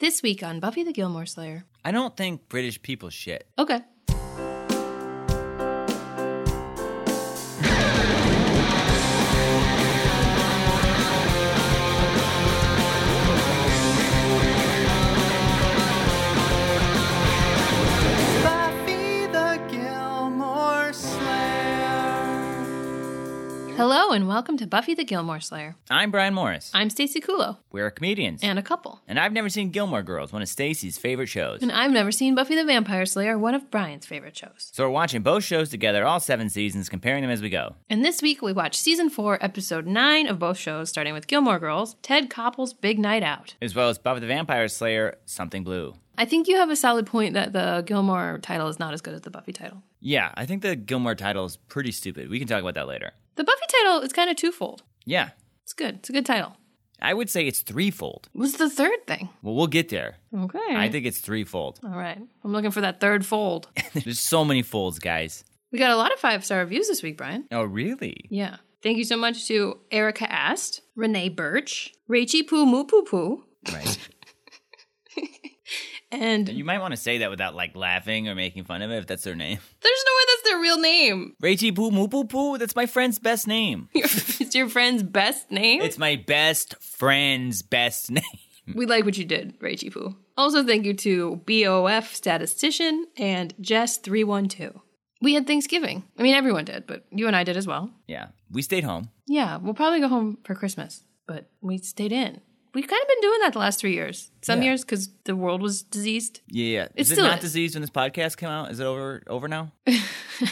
This week on Buffy the Gilmore Slayer. I don't think British people shit. Okay. Buffy the Gilmore Slayer. Hello and welcome to Buffy the Gilmore Slayer. I'm Brian Morris. I'm Stacey Kulo We're comedians. and a couple. And I've never seen Gilmore Girls, one of Stacy's favorite shows. And I've never seen Buffy the Vampire Slayer, one of Brian's favorite shows. So we're watching both shows together, all seven seasons, comparing them as we go. And this week we watched season 4, episode 9 of both shows, starting with Gilmore Girls, Ted Koppel's Big Night Out. As well as Buffy the Vampire Slayer, Something Blue. I think you have a solid point that the Gilmore title is not as good as the Buffy title. Yeah, I think the Gilmore title is pretty stupid. We can talk about that later. The Buffy title is kind of twofold. Yeah, It's good. It's a good title. I would say it's threefold. What's the third thing? Well, we'll get there. Okay. I think it's threefold. All right. I'm looking for that third fold. There's so many folds, guys. We got a lot of five star reviews this week, Brian. Oh, really? Yeah. Thank you so much to Erica Ast, Renee Birch, Rachie Poo Moo Poo Poo, Right. and You might want to say that without like laughing or making fun of it if that's their name. there's no way that's their real name. Rachy Poo Moo Poo Poo, that's my friend's best name. it's your friend's best name. It's my best friend's best name. we like what you did, Rachie Poo. Also, thank you to BOF Statistician and Jess312. We had Thanksgiving. I mean, everyone did, but you and I did as well. Yeah. We stayed home. Yeah, we'll probably go home for Christmas, but we stayed in. We've kind of been doing that the last three years. Some Yeah. years because the world was diseased. Yeah, yeah. It's is it still not is. diseased when this podcast came out? Is it over over now? I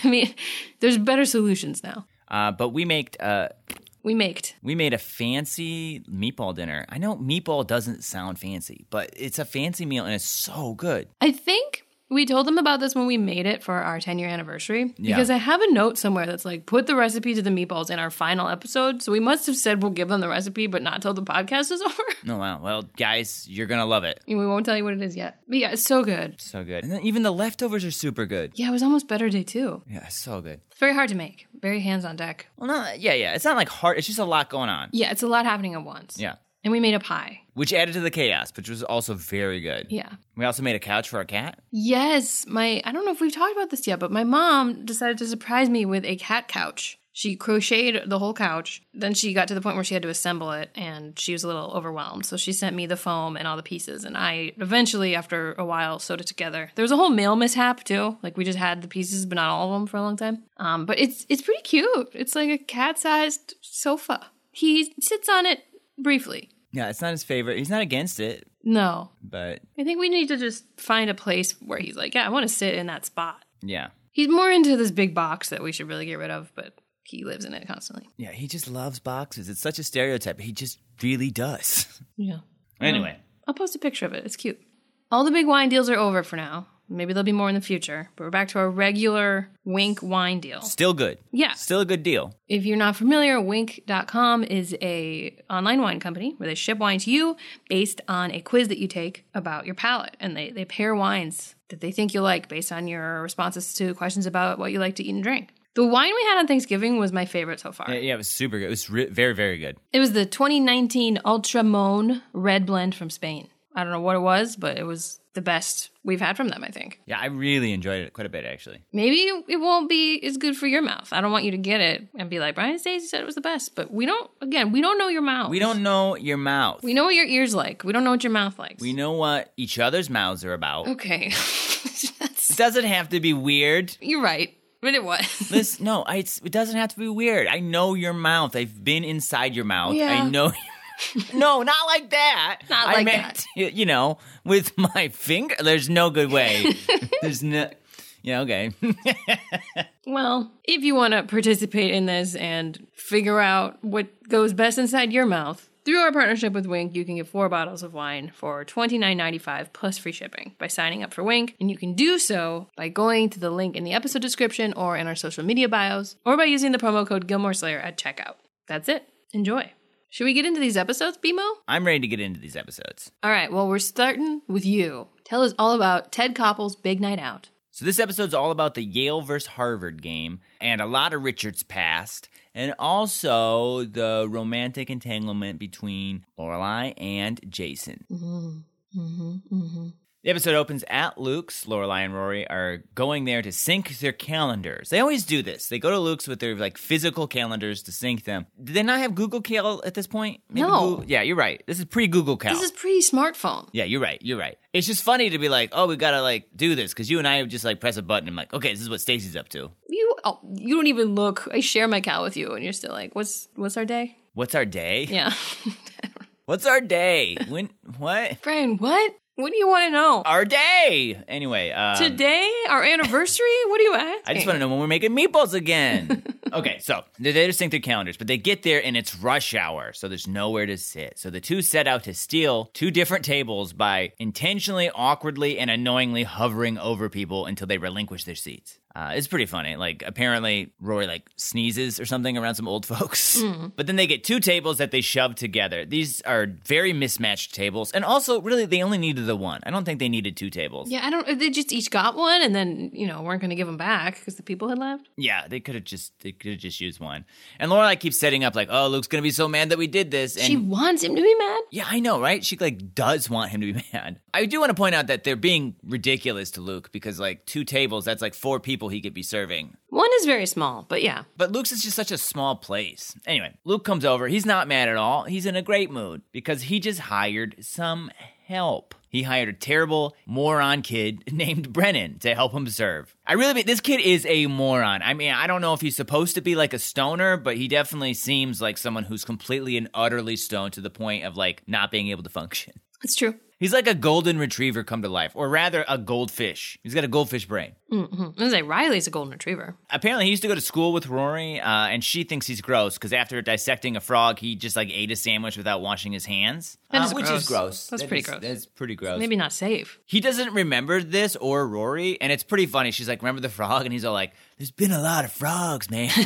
mean, there's better solutions now. Uh, but we made uh, We maked. we made a fancy meatball dinner. I know meatball doesn't sound fancy, but it's a fancy meal and it's so good. I think we told them about this when we made it for our 10 year anniversary Yeah. because I have a note somewhere that's like, put the recipe to the meatballs in our final episode. So we must have said we'll give them the recipe, but not till the podcast is over. No, Oh, wow. Well, guys, you're gonna love it. and we won't tell you what it is yet. But yeah, it's so good. So good. And then even the leftovers are super good. Yeah, it was almost better day two. Yeah, it's so good. It's very hard to make, very hands on deck. Well, no, yeah, yeah. It's not like hard. It's just a lot going on. Yeah, it's a lot happening at once. Yeah. And we made a pie. Which added to the chaos, which was also very good. Yeah. We also made a couch for our cat. Yes, my I don't know if we've talked about this yet, but my mom decided to surprise me with a cat couch. She crocheted the whole couch. Then she got to the point where she had to assemble it and she was a little overwhelmed. So she sent me the foam and all the pieces and I eventually after a while sewed it together. There was a whole mail mishap too. Like we just had the pieces but not all of them for a long time. Um but it's it's pretty cute. It's like a cat-sized sofa. He sits on it briefly. Yeah, it's not his favorite. He's not against it, No. but I think we need to just find a place where he's like, "Yeah, I want to sit in that spot." yeah. He's more into this big box that we should really get rid of, but he lives in it constantly. Yeah, he just loves boxes. It's such a stereotype. He just really does. Yeah. anyway, I'll post a picture of it. It's cute. All the big wine deals are over for now. Maybe there'll be more in the future, but we're back to our regular Wink wine deal. still good. Yeah. Still a good deal. If you're not familiar, wink.com is a online wine company where they ship wine to you based on a quiz that you take about your palate. And they, they pair wines that they think you'll like based on your responses to questions about what you like to eat and drink. The wine we had on Thanksgiving was my favorite so far. Yeah, yeah, it was super good. It was re- very, very good. It was the 2019 Ultra Mon Red Blend from Spain. I don't know what it was, but it was the best we've had from them, I think. Yeah, I really enjoyed it quite a bit, actually. Maybe it won't be as good for your mouth. I don't want you to get it and be like, Brian Stacey said it was the best, but we don't, again, we don't know your mouth. We don't know your mouth. We know what your ears like. We don't know what your mouth likes. We know what each other's mouths are about. okay. That's, It doesn't have to be weird. you're right, but it was. This no, I, it's, it doesn't have to be weird. I know your mouth. I've been inside your mouth. Yeah. I know. no, not like that. Not I like meant, that. You know, with my finger. There's no good way. There's no. Yeah. Okay. Well, if you want to participate in this and figure out what goes best inside your mouth, through our partnership with Wink, you can get four bottles of wine for $29.95 plus free shipping by signing up for Wink. And you can do so by going to the link in the episode description or in our social media bios or by using the promo code Gilmore Slayer at checkout. That's it. Enjoy. Should we get into these episodes, BMO? I'm ready to get into these episodes. All right, well, we're starting with you. Tell us all about Ted Koppel's Big Night Out. So this episode's all about the Yale versus Harvard game and a lot of Richard's past, and also the romantic entanglement between Lorelai and Jason. Mm-hmm, mm-hmm. The episode opens at Luke's. Lorelai and Rory are going there to sync their calendars. They always do this. They go to Luke's with their like physical calendars to sync them. Did they not have Google Cal at this point? No. Google- yeah, you're right. This is pre Google Cal. This is pre-smartphone. yeah, you're right. You're right. It's just funny to be like, oh, we gotta like do this because you and I just like press a button. and like, okay, this is what Stacy's up to. You oh, you don't even look. I share my cal with you, and you're still like, "What's what's our day?" What's our day? Yeah, What's our day? When? What? Brian, what? What do you want to know? Our day. Anyway, um, Today, our anniversary. what are you asking? I just want to know when we're making meatballs again. okay, so they they just sync their calendars, but they get there and it's rush hour, so there's nowhere to sit. So the two set out to steal two different tables by intentionally, awkwardly, and annoyingly hovering over people until they relinquish their seats. Uh, it's pretty funny. Like apparently Rory like sneezes or something around some old folks, but then they get two tables that they shove together. These are very mismatched tables, and also really they only needed the one. I don't think they needed two tables. Yeah, I don't. They just each got one, and then you know weren't going to give them back because the people had left. Yeah, they could have just they could have just used one. And Lorelai keeps setting up like, "Oh, Luke's gonna be so mad that we did this." And she wants him to be mad. yeah, I know, right? She like does want him to be mad. I do want to point out that they're being ridiculous to Luke because like two tables, that's like four people he could be serving. One is very small, but yeah, But Luke's is just such a small place. Anyway, Luke comes over. He's not mad at all. He's in a great mood because he just hired some help. He hired a terrible moron kid named Brennan to help him serve. I really mean this kid is a moron. I mean, I don't know if he's supposed to be like a stoner, but he definitely seems like someone who's completely and utterly stoned to the point of like not being able to function. it's true. He's like a golden retriever come to life, or rather a goldfish. He's got a goldfish brain Mm-hmm. I was like, Riley's a golden retriever. apparently he used to go to school with Rory, uh, and she thinks he's gross because after dissecting a frog, he just like ate a sandwich without washing his hands, Uh, That is which gross. is gross. That's That pretty is- gross. That's pretty gross. Maybe not safe. He doesn't remember this or Rory, and it's pretty funny. She's like, "Remember the frog?" and he's all like, "There's been a lot of frogs, man."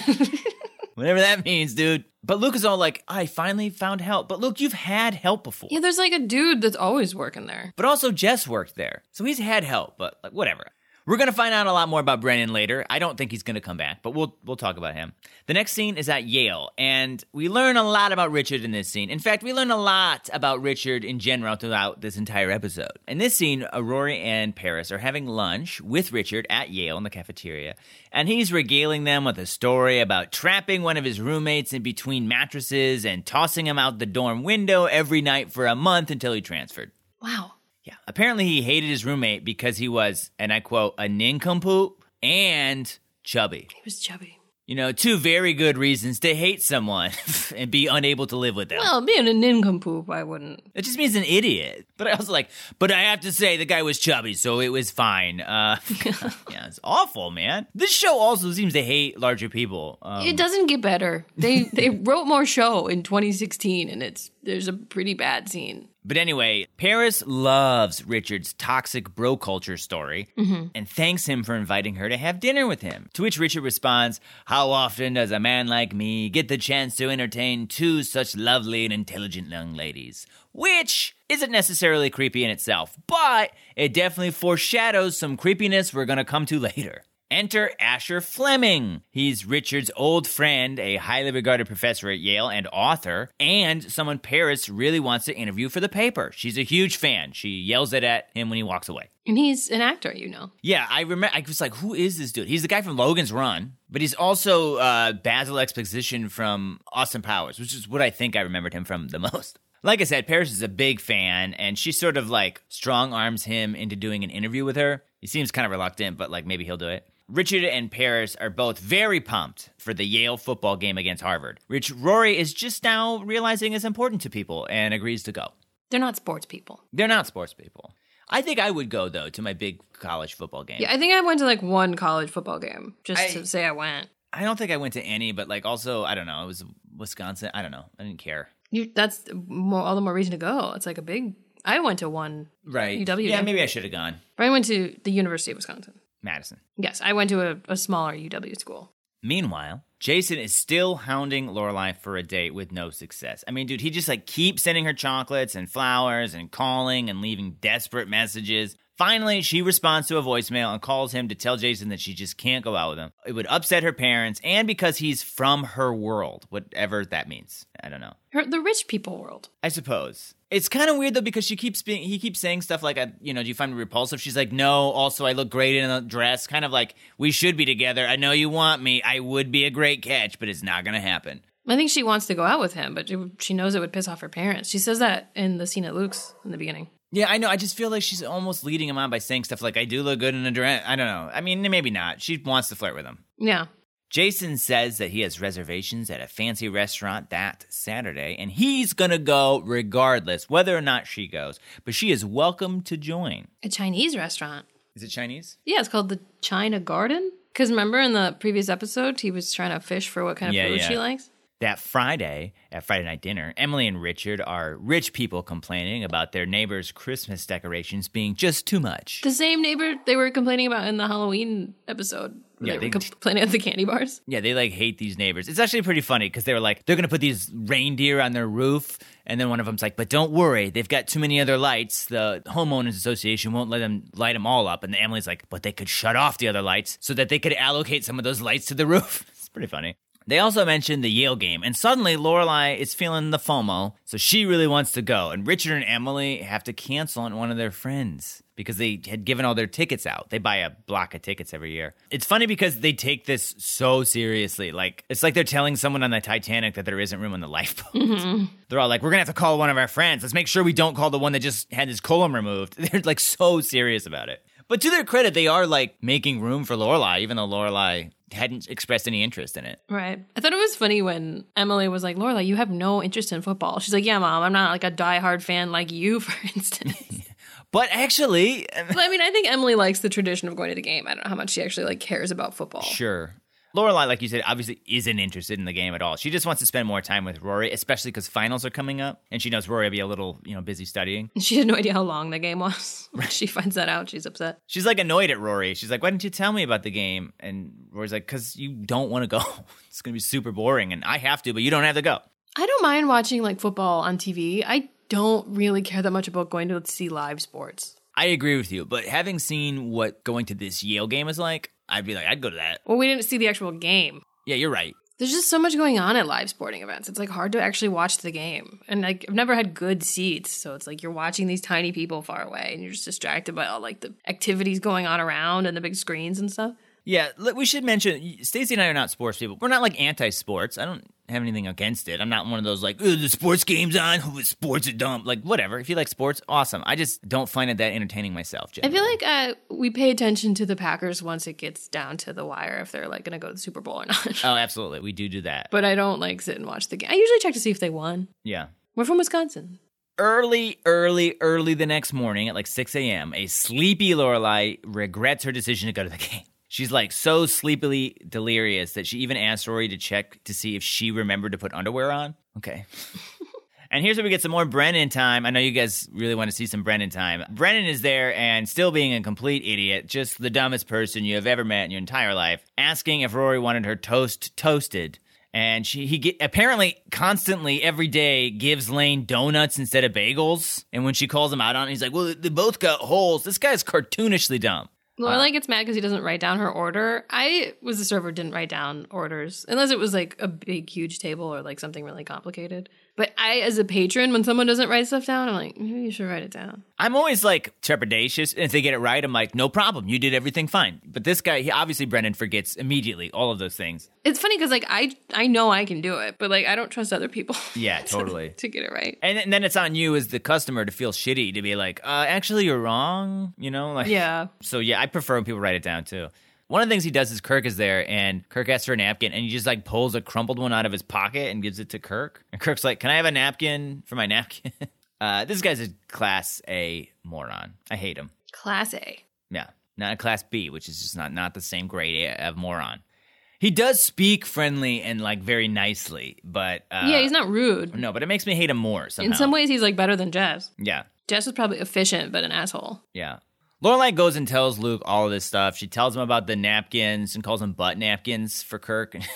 Whatever that means, dude. But Luke is all like, "I finally found help." But Luke, you've had help before. Yeah, there's like a dude that's always working there. But also Jess worked there. So he's had help, but like whatever. We're gonna find out a lot more about Brennan later. I don't think he's gonna come back, but we'll we'll talk about him. The next scene is at Yale, and we learn a lot about Richard in this scene. In fact, we learn a lot about Richard in general throughout this entire episode. In this scene, uh, Rory and Paris are having lunch with Richard at Yale in the cafeteria, and he's regaling them with a story about trapping one of his roommates in between mattresses and tossing him out the dorm window every night for a month until he transferred. Wow. Yeah. Apparently, he hated his roommate because he was, and I quote, a nincompoop and chubby. He was chubby. You know, two very good reasons to hate someone and be unable to live with them. Well, being a nincompoop, I wouldn't. it just means an idiot. But I also like, but I have to say, the guy was chubby, so it was fine. Uh, yeah, it's awful, man. This show also seems to hate larger people. Um, It doesn't get better. They they wrote more show in 2016, and it's there's a pretty bad scene. But anyway, Paris loves Richard's toxic bro culture story and thanks him for inviting her to have dinner with him. To which Richard responds, How often does a man like me get the chance to entertain two such lovely and intelligent young ladies? Which isn't necessarily creepy in itself, but it definitely foreshadows some creepiness we're gonna come to later. Enter Asher Fleming. He's Richard's old friend, a highly regarded professor at Yale and author, and someone Paris really wants to interview for the paper. She's a huge fan. She yells it at him when he walks away. And he's an actor, you know. Yeah, I remember. I was like, who is this dude? He's the guy from Logan's Run, but he's also uh, Basil Exposition from Austin Powers, which is what I think I remembered him from the most. Like I said, Paris is a big fan, and she sort of like strong arms him into doing an interview with her. He seems kind of reluctant, but like maybe he'll do it. Richard and Paris are both very pumped for the Yale football game against Harvard, which Rory is just now realizing is important to people and agrees to go. They're not sports people. They're not sports people. I think I would go though to my big college football game. Yeah, I think I went to like one college football game just I- to say I went. I don't think I went to any, but like also I don't know. It was Wisconsin. I don't know. I didn't care. You that's more, all the more reason to go. It's like a big. I went to one. Right. UW, Yeah, yeah. maybe I should have gone. Brian went to the University of Wisconsin. Madison. Yes, I went to a, a smaller UW school. Meanwhile, Jason is still hounding Lorelai for a date with no success. I mean, dude, he just like keeps sending her chocolates and flowers and calling and leaving desperate messages. Finally, she responds to a voicemail and calls him to tell Jason that she just can't go out with him. It would upset her parents and because he's from her world, whatever that means. I don't know. Her, the rich people world. I suppose. It's kind of weird though because she keeps being he keeps saying stuff like, I, you know, do you find me repulsive? She's like, no. Also, I look great in a dress. Kind of like we should be together. I know you want me. I would be a great catch, but it's not gonna happen. I think she wants to go out with him, but it- she knows it would piss off her parents. She says that in the scene at Luke's in the beginning. Yeah, I know. I just feel like she's almost leading him on by saying stuff like, I do look good in a dress. I don't know. I mean, maybe not. She wants to flirt with him. Yeah. Jason says that he has reservations at a fancy restaurant that Saturday, and he's gonna go regardless, whether or not she goes. But she is welcome to join. A Chinese restaurant. Is it Chinese? Yeah, it's called the China Garden. Because remember in the previous episode, he was trying to fish for what kind of Yeah, food yeah. she likes? That Friday, at Friday night dinner, Emily and Richard are rich people complaining about their neighbor's Christmas decorations being just too much. The same neighbor they were complaining about in the Halloween episode. where Yeah, they, were they- complaining at the candy bars. Yeah, they like hate these neighbors. It's actually pretty funny because they were like, they're gonna put these reindeer on their roof, and then one of them's like, but don't worry, they've got too many other lights. The homeowners association won't let them light them all up. And the Emily's like, but they could shut off the other lights so that they could allocate some of those lights to the roof. it's pretty funny. They also mentioned the Yale game, and suddenly Lorelai is feeling the FOMO, so she really wants to go. And Richard and Emily have to cancel on one of their friends because they had given all their tickets out. They buy a block of tickets every year. It's funny because they take this so seriously. Like it's like they're telling someone on the Titanic that there isn't room on the lifeboat. They're all like, "We're gonna have to call one of our friends. Let's make sure we don't call the one that just had his colon removed." They're like so serious about it. But to their credit, they are like making room for Lorelai, even though Lorelai hadn't expressed any interest in it. Right. I thought it was funny when Emily was like, Lorelai, you have no interest in football. She's like, Yeah, mom, I'm not like a diehard fan like you, for instance. But actually, um, Well, I mean, I think Emily likes the tradition of going to the game. I don't know how much she actually like cares about football. sure. Lorelai, like you said, obviously isn't interested in the game at all. She just wants to spend more time with Rory, especially because finals are coming up, and she knows Rory will be a little, you know, busy studying. She had no idea how long the game was. When she finds that out, she's upset. She's like annoyed at Rory. She's like, "Why didn't you tell me about the game?" And Rory's like, "Cause you don't want to go. It's gonna be super boring, and I have to, but you don't have to go." I don't mind watching like football on TV. I don't really care that much about going to see live sports. I agree with you, but having seen what going to this Yale game is like, I'd be like, I'd go to that. Well, we didn't see the actual game. Yeah, you're right. There's just so much going on at live sporting events. It's like hard to actually watch the game. And like I've never had good seats, so it's like you're watching these tiny people far away and you're just distracted by all like the activities going on around and the big screens and stuff. Yeah, l- we should mention Stacey and I are not sports people. We're not like anti-sports. I don't have anything against it. I'm not one of those like "Ugh, the sports games on. Who is sports are dumb? Like whatever. If you like sports, awesome. I just don't find it that entertaining myself. I Jen. feel like uh, we pay attention to the Packers once it gets down to the wire if they're like going to go to the Super Bowl or not. oh, absolutely. We do do that. but I don't like sit and watch the game. I usually check to see if they won. yeah. We're from Wisconsin. Early, early, early the next morning at like 6 a.m., a sleepy Lorelai regrets her decision to go to the game. She's like so sleepily delirious that she even asked Rory to check to see if she remembered to put underwear on. Okay. and here's where we get some more Brennan time. I know you guys really want to see some Brennan time. Brennan is there and still being a complete idiot, just the dumbest person you have ever met in your entire life, asking if Rory wanted her toast toasted and she he get, apparently constantly every day gives Lane donuts instead of bagels. And when she calls him out on it, he's like, "Well, they both got holes." This guy's cartoonishly dumb. Lorelai gets mad because he doesn't write down her order. I was a server, didn't write down orders unless it was like a big, huge table or like something really complicated. But I, as a patron, when someone doesn't write stuff down, I'm like, maybe you should write it down. I'm always like trepidatious, and if they get it right, I'm like, "No problem, you did everything fine." But this guy, he obviously Brendan forgets immediately all of those things. It's funny because like I, I know I can do it, but like I don't trust other people. Yeah, to- totally. to get it right. And, then- then it's on you as the customer to feel shitty to be like, uh, "Actually, you're wrong," you know, like Yeah. So yeah, I prefer when people write it down too. One of the things he does is Kirk is there and Kirk asks for a napkin and he just like pulls a crumpled one out of his pocket and gives it to Kirk. And Kirk's like, Can I have a napkin for my napkin? uh, this guy's a class A moron. I hate him. Class A. Yeah. Not a class B, which is just not not the same grade a- of moron. He does speak friendly and like very nicely, but uh, yeah, he's not rude. no, but it makes me hate him more somehow. In some ways, he's like better than Jess. yeah. Jess was probably efficient, but an asshole. Yeah. Lorelai goes and tells Luke all of this stuff. She tells him about the napkins and calls them butt napkins for Kirk. And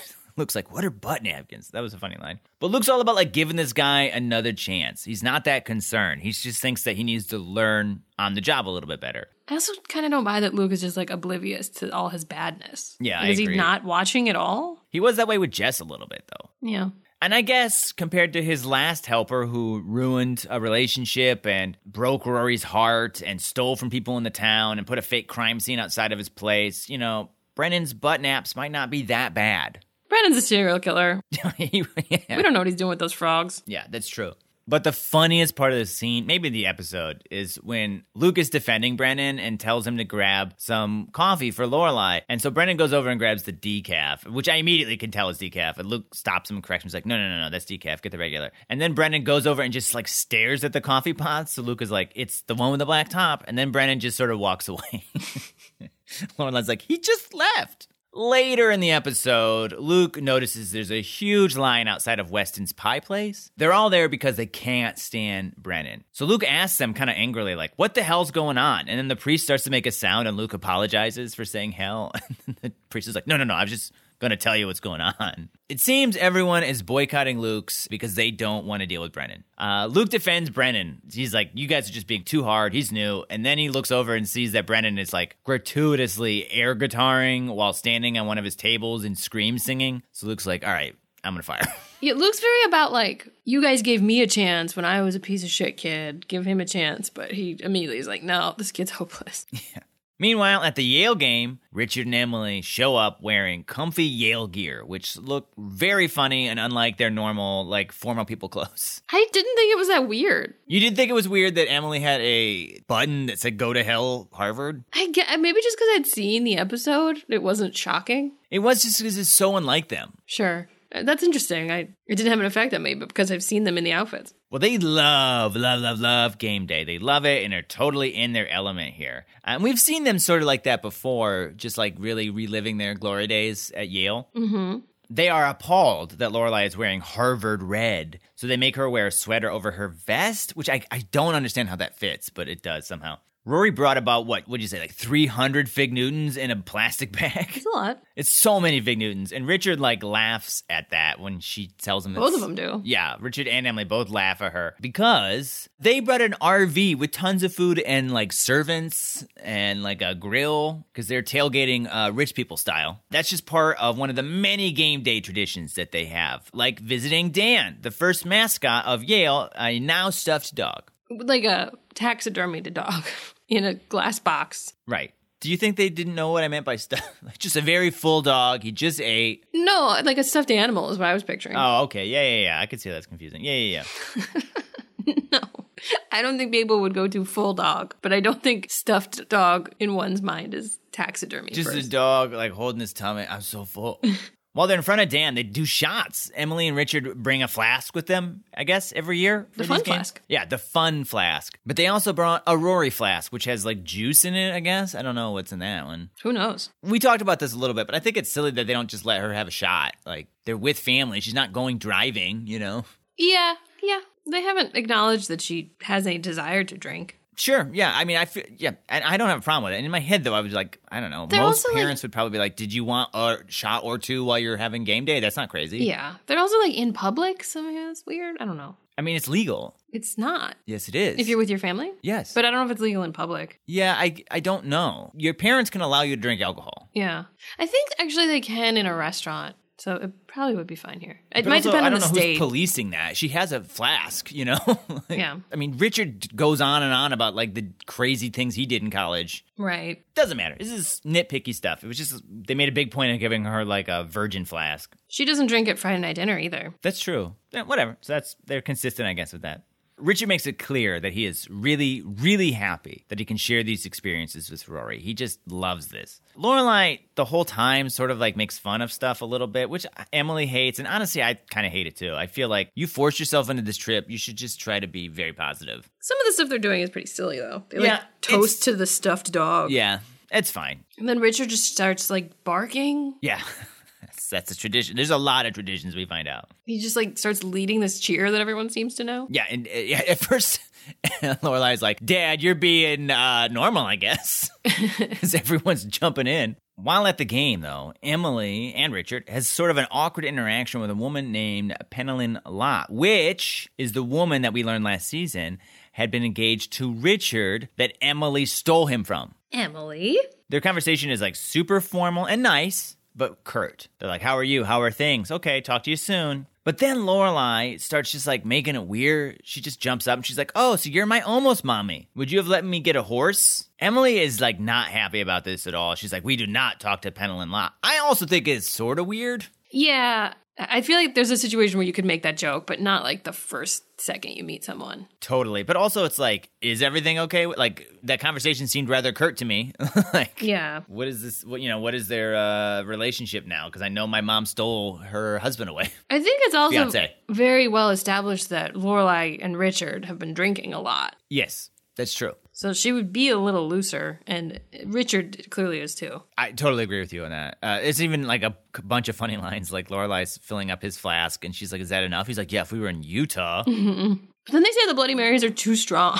Luke's like, "What are butt napkins?" That was a funny line. But Luke's all about like giving this guy another chance. He's not that concerned. He just thinks that he needs to learn on the job a little bit better. I also kind of don't buy that Luke is just like oblivious to all his badness. Yeah, Like, I is agree. he not watching at all? He was that way with Jess a little bit though. Yeah. And I guess compared to his last helper who ruined a relationship and broke Rory's heart and stole from people in the town and put a fake crime scene outside of his place, you know, Brennan's butt naps might not be that bad. Brennan's a serial killer. He- We don't know what he's doing with those frogs. Yeah, that's true. But the funniest part of the scene, maybe the episode, is when Luke is defending Brennan and tells him to grab some coffee for Lorelai. And so Brennan goes over and grabs the decaf, which I immediately can tell is decaf. And Luke stops him and corrects him. He's like, no, no, no, no, that's decaf. Get the regular. And then Brennan goes over and just like stares at the coffee pot. So Luke is like, it's the one with the black top. And then Brennan just sort of walks away. Lorelai's like, he just left. Later in the episode, Luke notices there's a huge line outside of Weston's pie place. They're all there because they can't stand Brennan. So Luke asks them kind of angrily, like, what the hell's going on? And then the priest starts to make a sound and Luke apologizes for saying hell. And the priest is like, no, no, no, I was just going to tell you what's going on. It seems everyone is boycotting Luke's because they don't want to deal with Brennan. Uh, Luke defends Brennan. He's like, You guys are just being too hard. He's new. And then he looks over and sees that Brennan is like gratuitously air guitaring while standing on one of his tables and scream singing. So Luke's like, All right, I'm going to fire. him." It looks very about like, you guys gave me a chance when I was a piece of shit kid. Give him a chance. But he immediately is like, no, this kid's hopeless. Meanwhile, at the Yale game, Richard and Emily show up wearing comfy Yale gear, which look very funny and unlike their normal, like, formal people clothes. I didn't think it was that weird. You did think it was weird that Emily had a button that said "Go to Hell, Harvard." I get, maybe just because I'd seen the episode, it wasn't shocking. It was just because it's so unlike them. Sure. Uh, That's interesting. I it didn't have an effect on me, but because I've seen them in the outfits. Well, they love, love, love, love game day. They love it and are totally in their element here. And we've seen them sort of like that before, just like really reliving their glory days at Yale. Mm-hmm. They are appalled that Lorelai is wearing Harvard red, so they make her wear a sweater over her vest, which I, I don't understand how that fits, but it does somehow. Rory brought about what would you say, like 300 fig newtons in a plastic bag? It's a lot. It's so many Vig Newtons. And Richard, like, laughs at that when she tells him Both it's- of them do. Yeah, Richard and Emily both laugh at her because they brought an RV with tons of food and, like, servants and, like, a grill because they're tailgating uh, rich people style. That's just part of one of the many game day traditions that they have, like visiting Dan, the first mascot of Yale, a now stuffed dog. Like a taxidermy to dog in a glass box. Right. Do you think they didn't know what I meant by stuff? just a very full dog. He just ate. No, like a stuffed animal is what I was picturing. Oh, okay. Yeah, yeah, yeah. I could see that's confusing. Yeah, yeah, yeah. No. I don't think people would go to full dog, but I don't think stuffed dog in one's mind is taxidermy. Just first. a dog like holding his tummy. I'm so full. While they're in front of Dan, they do shots. Emily and Richard bring a flask with them, I guess, every year. for The fun these games. flask. Yeah, the fun flask. But they also brought a Rory flask, which has like juice in it, I guess. I don't know what's in that one. Who knows? We talked about this a little bit, but I think it's silly that they don't just let her have a shot. Like, they're with family. She's not going driving, you know? Yeah, yeah. They haven't acknowledged that she has any desire to drink. Sure. Yeah. I mean, I feel. Yeah. And I don't have a problem with it. And in my head, though, I was like, I don't know. They're most also, like- parents would probably be like, "Did you want a shot or two while you're having game day? That's not crazy." Yeah. They're also like in public. Somehow that's weird. I don't know. I mean, it's legal. It's not. Yes, it is. If you're with your family? Yes. But I don't know if it's legal in public. yeah, I I don't know. Your parents can allow you to drink alcohol. Yeah. I think actually they can in a restaurant. So it probably would be fine here. It But might also, depend I on don't the know state. who's policing that. She has a flask, you know. Like, Yeah. I mean, Richard goes on and on about like the crazy things he did in college. right. Doesn't matter. This is nitpicky stuff. It was just they made a big point of giving her like a virgin flask. She doesn't drink at Friday night dinner either. That's true. Yeah, whatever. So that's they're consistent, I guess, with that. Richard makes it clear that he is really, really happy that he can share these experiences with Rory. He just loves this. Lorelai, the whole time, sort of like makes fun of stuff a little bit, which Emily hates, and honestly, I kind of hate it too. I feel like you forced yourself into this trip. You should just try to be very positive. Some of the stuff they're doing is pretty silly though. They Yeah, like toast it's- to the stuffed dog. Yeah, it's fine. And then Richard just starts like barking. Yeah, that's, that's a tradition. There's a lot of traditions we find out. He just like starts leading this cheer that everyone seems to know. Yeah, and uh, yeah, at first, Lorelai's like, "Dad, you're being uh, normal, I guess," because everyone's jumping in. While at the game, though, Emily and Richard has sort of an awkward interaction with a woman named Penelin Lott, which is the woman that we learned last season had been engaged to Richard that Emily stole him from. Emily. Their conversation is like super formal and nice, but curt. They're like, "How are you? How are things? Okay, talk to you soon." But then Lorelai starts just like making it weird. She just jumps up and she's like, "Oh, so you're my almost mommy? Would you have let me get a horse?" Emily is like not happy about this at all. She's like, "We do not talk to Penel and Lot." I also think it's sort of weird. Yeah. I I feel like there's a situation where you could make that joke, but not like the first second you meet someone. Totally, but also it's like, is everything okay? Like that conversation seemed rather curt to me. like, Yeah. what is this? What you know? What is their uh, relationship now? Because I know my mom stole her husband away. I think it's also Fiancé. very well established that Lorelai and Richard have been drinking a lot. yes, that's true. So she would be a little looser, and Richard clearly is too. I totally agree with you on that. Uh, it's even like a c- bunch of funny lines. Like Lorelai's filling up his flask, and she's like, "Is that enough?" He's like, "Yeah, if we were in Utah." But then they say the Bloody Marys are too strong.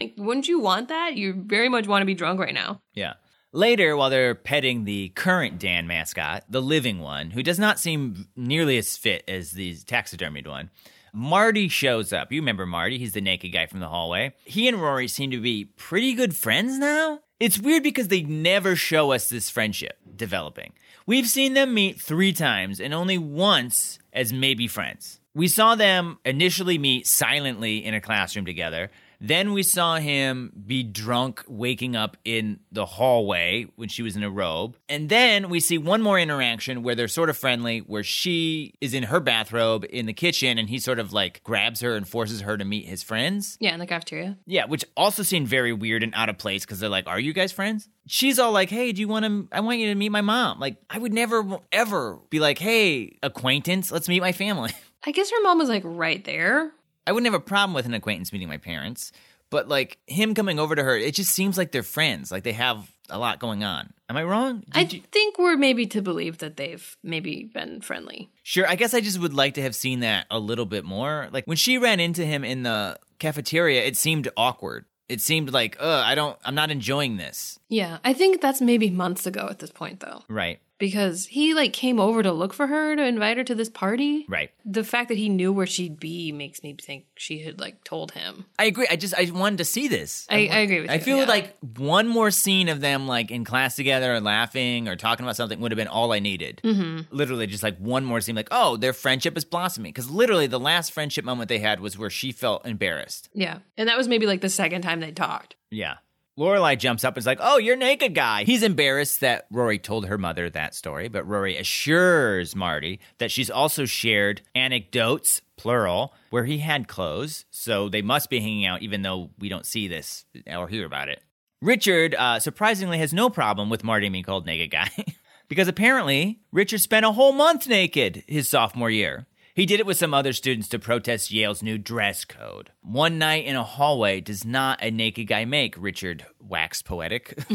like, wouldn't you want that? You very much want to be drunk right now. yeah. Later, while they're petting the current Dan mascot, the living one, who does not seem nearly as fit as the taxidermied one, Marty shows up. You remember Marty? He's the naked guy from the hallway. He and Rory seem to be pretty good friends now. It's weird because they never show us this friendship developing. We've seen them meet three times and only once as maybe friends. We saw them initially meet silently in a classroom together. Then we saw him be drunk, waking up in the hallway when she was in a robe. And then we see one more interaction where they're sort of friendly, where she is in her bathrobe in the kitchen and he sort of like grabs her and forces her to meet his friends. Yeah, in the cafeteria. Yeah, which also seemed very weird and out of place because they're like, "Are you guys friends?" She's all like, "Hey, do you want to? I want you to meet my mom." Like, I would never ever be like, "Hey, acquaintance, let's meet my family." I guess her mom was like right there. I wouldn't have a problem with an acquaintance meeting my parents, but like him coming over to her, it just seems like they're friends. Like they have a lot going on. Am I wrong? Did I you- think we're maybe to believe that they've maybe been friendly. Sure, I guess I just would like to have seen that a little bit more. Like when she ran into him in the cafeteria, it seemed awkward. It seemed like, "Uh, I don't I'm not enjoying this." Yeah, I think that's maybe months ago at this point, though, Right. because he like came over to look for her to invite her to this party. Right. The fact that he knew where she'd be makes me think she had like told him. I agree. I just I wanted to see this. I, I agree with I you. feel yeah. like one more scene of them like in class together and laughing or talking about something would have been all I needed. Mm-hmm. Literally, just like one more scene, like oh, their friendship is blossoming. Because literally, the last friendship moment they had was where she felt embarrassed. yeah, and that was maybe like the second time they talked. Yeah. Lorelai jumps up and is like, "Oh, you're naked guy." He's embarrassed that Rory told her mother that story, but Rory assures Marty that she's also shared anecdotes, plural, where he had clothes, so they must be hanging out, even though we don't see this or hear about it. Richard uh, surprisingly has no problem with Marty being called naked guy, because apparently Richard spent a whole month naked his sophomore year. He did it with some other students to protest Yale's new dress code. One night in a hallway does not a naked guy make, Richard wax poetic.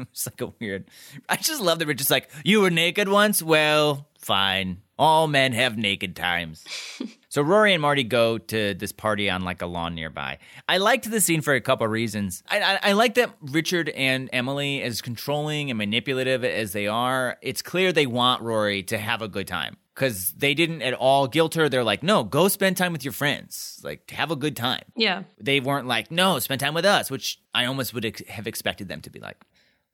it's like a weird. I just love that Richard's like, You were naked once? Well, fine. All men have naked times. So Rory and Marty go to this party on like a lawn nearby. I liked the scene for a couple reasons. I, I, I like that Richard and Emily, as controlling and manipulative as they are, it's clear they want Rory to have a good time because they didn't at all guilt her. They're like, no, go spend time with your friends, like have a good time. Yeah, They weren't like, no, spend time with us, which I almost would ex- have expected them to be like.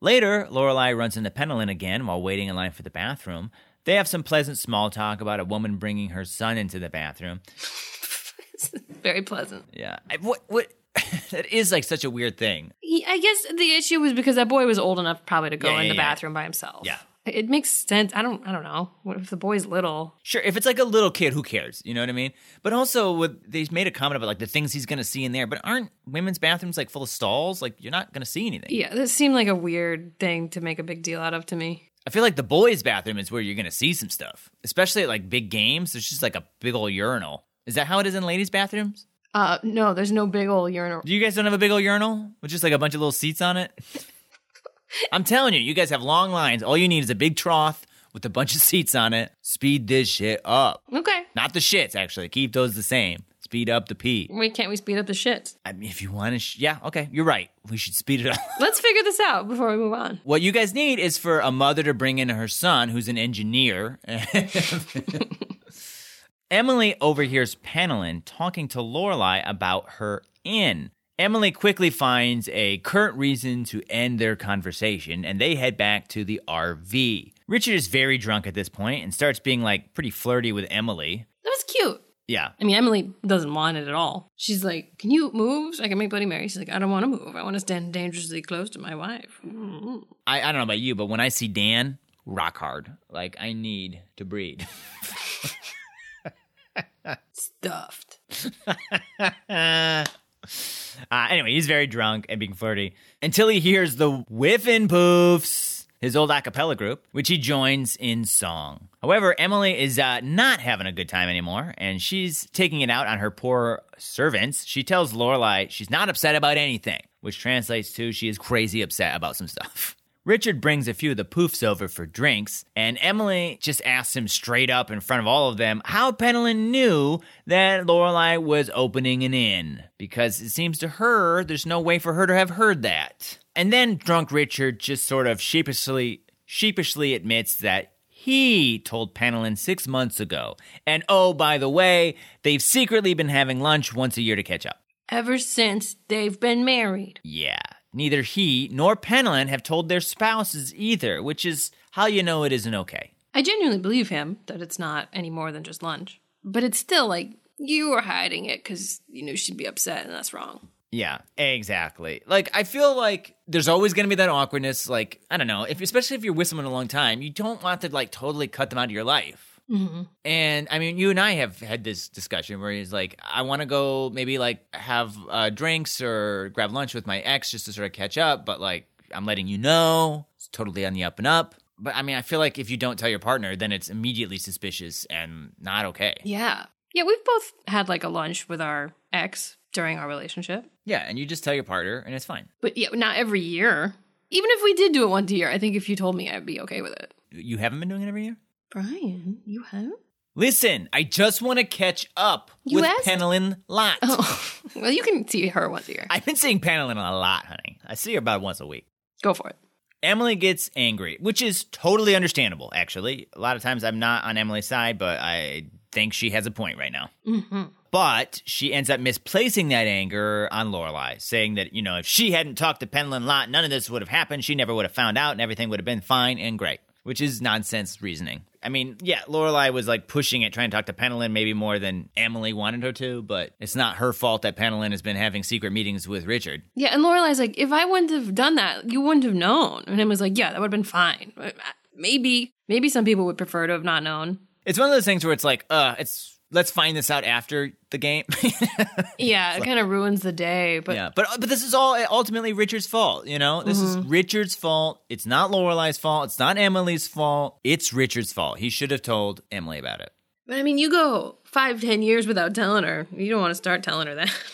Later, Lorelai runs into Penelon again while waiting in line for the bathroom. They have some pleasant small talk about a woman bringing her son into the bathroom. very pleasant. Yeah. I, what what that is like such a weird thing. He, I guess the issue was because that boy was old enough probably to go Yeah, in yeah, the yeah. bathroom by himself. Yeah. It makes sense. I don't. I don't know. What if the boy's little? Sure, if it's like a little kid, who cares? You know what I mean? But also with they made a comment about like the things he's gonna see in there, but aren't women's bathrooms like full of stalls? Like you're not gonna see anything. Yeah, this seemed like a weird thing to make a big deal out of to me. I feel like the boys' bathroom is where you're gonna see some stuff. Especially at like big games. There's just like a big old urinal. Is that how it is in ladies' bathrooms? Uh, no, there's no big old urinal. Do you guys don't have a big old urinal with just like a bunch of little seats on it? I'm telling you, you guys have long lines. All you need is a big trough with a bunch of seats on it. Speed this shit up. Okay, Not the shits, actually. Keep those the same. Speed up the pee. wait, can't we speed up the shit? I mean, if you want to, sh- yeah, okay, you're right. We should speed it up. Let's figure this out before we move on. what you guys need is for a mother to bring in her son, who's an engineer. Emily overhears Penelon talking to Lorelai about her inn. Emily quickly finds a current reason to end their conversation and they head back to the RV. Richard is very drunk at this point and starts being like pretty flirty with Emily. That was cute. Yeah. I mean, Emily doesn't want it at all. She's like, Can you move so I can make Bloody Mary? She's like, I don't want to move. I want to stand dangerously close to my wife. Mm. I, I don't know about you, but when I see Dan, rock hard. Like, I need to breathe. Stuffed. uh, anyway, he's very drunk and being flirty until he hears the Whiffin' Poofs, his old a cappella group, which he joins in song. However, Emily is uh, not having a good time anymore, and she's taking it out on her poor servants. She tells Lorelai she's not upset about anything, which translates to she is crazy upset about some stuff. Richard brings a few of the poofs over for drinks, and Emily just asks him straight up in front of all of them how Penelon knew that Lorelai was opening an inn, because it seems to her there's no way for her to have heard that. And then drunk Richard just sort of sheepishly sheepishly admits that he told Penelon six months ago, and oh by the way, they've secretly been having lunch once a year to catch up. Ever since they've been married. Yeah. Neither he nor Penelon have told their spouses either, which is how you know it isn't okay. I genuinely believe him that it's not any more than just lunch. But it's still like, you were hiding it because you knew she'd be upset, and that's wrong. Yeah, exactly. Like I feel like there's always going to be that awkwardness. Like I don't know, if especially if you're with someone a long time, you don't want to like totally cut them out of your life. And I mean, you and I have had this discussion where he's like, I want to go maybe like have uh, drinks or grab lunch with my ex just to sort of catch up, but like I'm letting you know it's totally on the up and up. But I mean, I feel like if you don't tell your partner, then it's immediately suspicious and not okay. Yeah. Yeah, we've both had like a lunch with our ex during our relationship. Yeah, and you just tell your partner and it's fine. But yeah, not every year. Even if we did do it once a year, I think if you told me, I'd be okay with it. You haven't been doing it every year? Brian, you have? Listen, I just want to catch up You with asked? Penelon Lot. Oh, well, you can see her once a year. I've been seeing Penelon a lot, honey. I see her about once a week. Go for it. Emily gets angry, which is totally understandable, actually. A lot of times I'm not on Emily's side, but I think she has a point right now. But she ends up misplacing that anger on Lorelai, saying that, you know, if she hadn't talked to Penland Lot, none of this would have happened. She never would have found out, and everything would have been fine and great, which is nonsense reasoning. I mean, yeah, Lorelai was like pushing it, trying to talk to Penelon maybe more than Emily wanted her to, but it's not her fault that Penelon has been having secret meetings with Richard. Yeah, and Lorelai's like, if I wouldn't have done that, you wouldn't have known. And Emma's like, yeah, that would have been fine. But, uh, Maybe, maybe some people would prefer to have not known. It's one of those things where it's like, uh, it's let's find this out after the game. Yeah, it kind of ruins the day. But yeah, but but this is all ultimately Richard's fault. You know, this is Richard's fault. It's not Lorelai's fault. It's not Emily's fault. It's Richard's fault. He should have told Emily about it. but I mean, you go five, ten years without telling her. You don't want to start telling her that.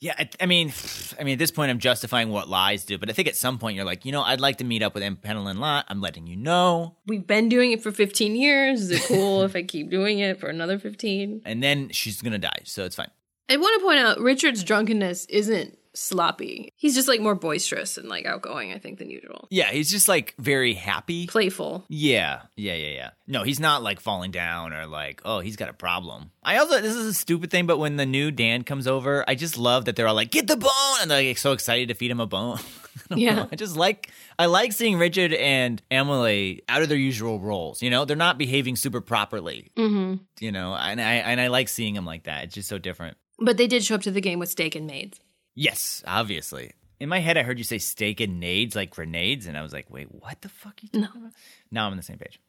Yeah, I, I mean, I mean, at this point, I'm justifying what lies do, but I think at some point you're like, you know, I'd like to meet up with Em- Penelon Lot. I'm letting you know, We've been doing it for 15 years. Is it cool if I keep doing it for another 15? and then she's gonna die, so it's fine. I want to point out Richard's drunkenness isn't sloppy. He's just like more boisterous and like outgoing, I think, than usual. Yeah, he's just like very happy. Playful. Yeah, yeah, yeah, yeah. No, he's not like falling down or like, oh, he's got a problem. I also this is a stupid thing, but when the new Dan comes over, I just love that they're all like, get the bone, and they're like so excited to feed him a bone. I don't Yeah. know. I just like I like seeing Richard and Emily out of their usual roles. You know, they're not behaving super properly. Mm-hmm. You know, and I and I like seeing them like that. It's just so different. But they did show up to the game with steak and maids. Yes, obviously. In my head, I heard you say steak and nades like grenades, and I was like, wait, what the fuck are you talking about? Now I'm on the same page.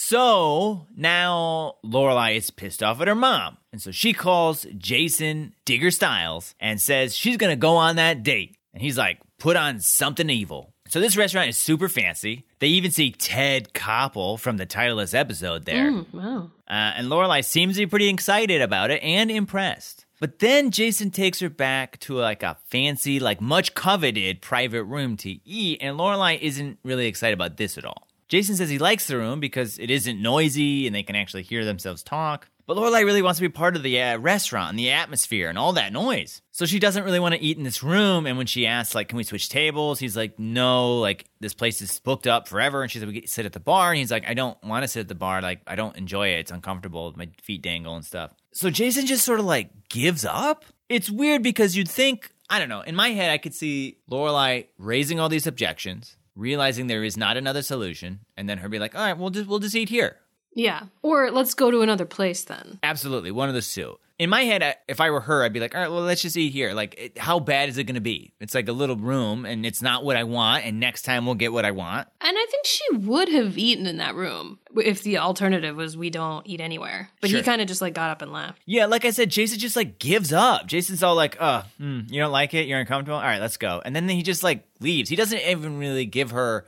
So now Lorelai is pissed off at her mom. And so she calls Jason Digger Styles and says she's gonna go on that date. And he's like, put on something evil. So this restaurant is super fancy. They even see Ted Koppel from the title of this episode there. Wow. Uh, and Lorelai seems to be pretty excited about it and impressed. But then Jason takes her back to like a fancy, like much coveted private room to eat, and Lorelai isn't really excited about this at all. Jason says he likes the room because it isn't noisy and they can actually hear themselves talk. But Lorelai really wants to be part of the uh, restaurant and the atmosphere and all that noise. So she doesn't really want to eat in this room. And when she asks, like, can we switch tables? He's like, no, like, this place is booked up forever. And she's like, we could sit at the bar. And he's like, I don't want to sit at the bar. Like, I don't enjoy it. It's uncomfortable. My feet dangle and stuff. So Jason just sort of like gives up. It's weird because you'd think I don't know. In my head, I could see Lorelai raising all these objections, realizing there is not another solution, and then her be like, "All right, we'll just we'll just eat here." Yeah. Or let's go to another place then. Absolutely, one of the two. In my head, I- if I were her, I'd be like, "All right, well, let's just eat here." Like, it, how bad is it going to be? It's like a little room, and it's not what I want. And next time, we'll get what I want. And I think she would have eaten in that room if the alternative was we don't eat anywhere. But Sure. he kind of just like got up and left. Yeah, like I said, Jason just like gives up. Jason's all like, "Uh, hmm, you don't like it? You're uncomfortable? All right, let's go." And then he just like leaves. He doesn't even really give her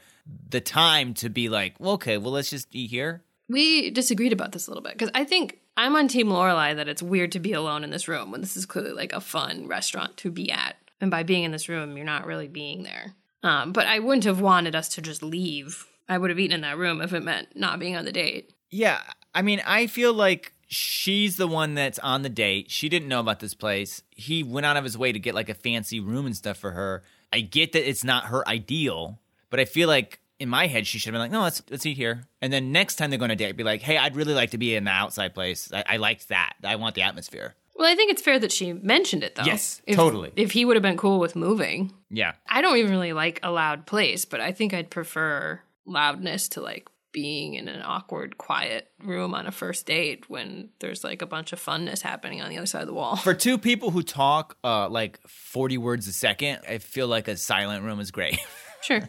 the time to be like, well, "Okay, well, let's just eat here." We disagreed about this a little bit because I think I'm on Team Lorelai that it's weird to be alone in this room when this is clearly like a fun restaurant to be at. And by being in this room, you're not really being there. Um, but I wouldn't have wanted us to just leave. I would have eaten in that room if it meant not being on the date. Yeah, I mean, I feel like she's the one that's on the date. She didn't know about this place. He went out of his way to get like a fancy room and stuff for her. I get that it's not her ideal, but I feel like in my head she should have been like, "No, let's let's eat here." And then next time they're going to date, be like, "Hey, I'd really like to be in the outside place. I, I liked that. I want the atmosphere." Well, I think it's fair that she mentioned it though. Yes, If- totally. If he would have been cool with moving, Yeah, I don't even really like a loud place, but I think I'd prefer loudness to like being in an awkward, quiet room on a first date when there's like a bunch of funness happening on the other side of the wall. for two people who talk uh, like forty words a second, I feel like a silent room is great. Sure.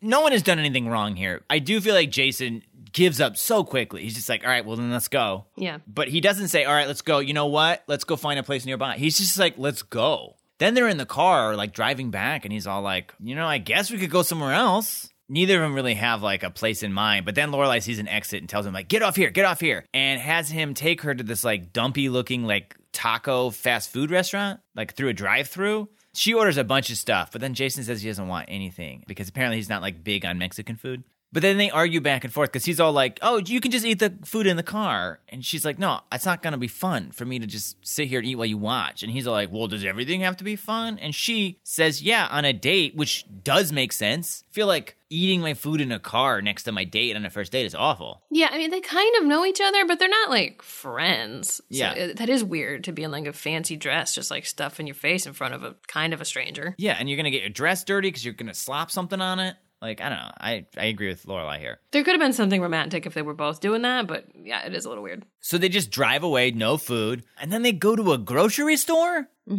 no one has done anything wrong here. I do feel like Jason gives up so quickly. He's just like, all right, well, then let's go. Yeah. But he doesn't say, all right, let's go. You know what? Let's go find a place nearby. He's just like, let's go. Then they're in the car, like driving back, and he's all like, you know, I guess we could go somewhere else. Neither of them really have like a place in mind. But then Lorelai sees an exit and tells him, like, get off here, get off here. And has him take her to this like dumpy looking, like taco fast food restaurant, like through a drive through. She orders a bunch of stuff, but then Jason says he doesn't want anything because apparently he's not like big on Mexican food. But then they argue back and forth because he's all like, "Oh, you can just eat the food in the car," and she's like, "No, it's not gonna be fun for me to just sit here and eat while you watch." And he's all like, "Well, does everything have to be fun?" And she says, "Yeah, on a date, which does make sense. I feel like eating my food in a car next to my date on a first date is awful." Yeah, I mean, they kind of know each other, but they're not like friends. So Yeah. it- that is weird to be in like a fancy dress, just like stuff in your face in front of a kind of a stranger. Yeah, and you're gonna get your dress dirty because you're gonna slop something on it. Like I don't know. I I agree with Lorelai here. There could have been something romantic if they were both doing that, but yeah, it is a little weird. So they just drive away, no food, and then they go to a grocery store.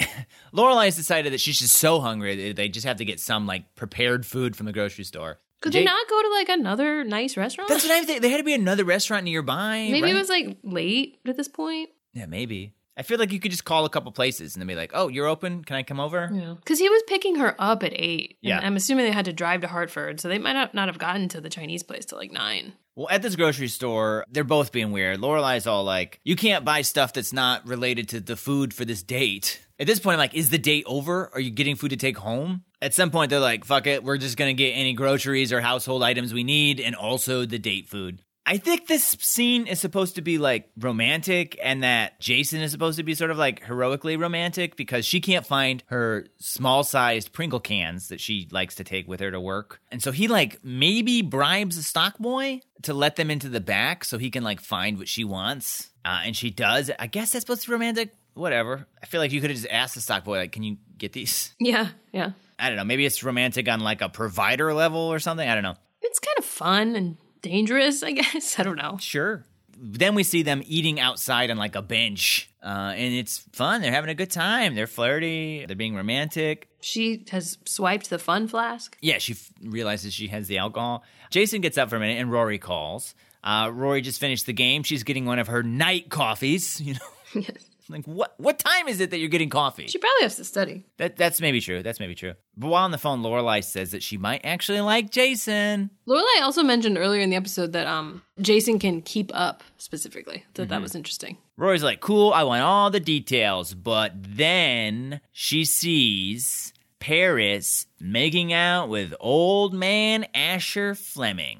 Mm-hmm. Lorelai has decided that she's just so hungry that they just have to get some like prepared food from the grocery store. Could Jake- they not go to like another nice restaurant? That's what I think. There had to be another restaurant nearby. Maybe right? it was like late at this point. Yeah, maybe. I feel like you could just call a couple places and then be like, "Oh, you're open? Can I come over?" Yeah. Because he was picking her up at eight. Yeah. And I'm assuming they had to drive to Hartford, so they might not, not have gotten to the Chinese place till like nine. Well, at this grocery store, they're both being weird. Lorelai's all like, "You can't buy stuff that's not related to the food for this date." At this point, I'm like, "Is the date over? Are you getting food to take home?" At some point, they're like, "Fuck it, we're just gonna get any groceries or household items we need, and also the date food." I think this scene is supposed to be like romantic, and that Jason is supposed to be sort of like heroically romantic because she can't find her small sized Pringle cans that she likes to take with her to work. And so he like maybe bribes a stock boy to let them into the back so he can like find what she wants. Uh, and she does. I guess that's supposed to be romantic. Whatever. I feel like you could have just asked the stock boy, like, can you get these? Yeah. Yeah. I don't know. Maybe it's romantic on like a provider level or something. I don't know. It's kind of fun and dangerous, I guess. I don't know. Sure. Then we see them eating outside on like a bench, uh, and it's fun. They're having a good time. They're flirty. They're being romantic. She has swiped the fun flask. Yeah, she f- realizes she has the alcohol. Jason gets up for a minute, and Rory calls. Uh, Rory just finished the game. She's getting one of her night coffees. You know, like what? What time is it that you're getting coffee? She probably has to study. that that's maybe true. That's maybe true. But while on the phone, Lorelai says that she might actually like Jason. Lorelai also mentioned earlier in the episode that um Jason can keep up specifically. So that was interesting. Rory's like, cool, I want all the details. But then she sees Paris making out with old man Asher Fleming.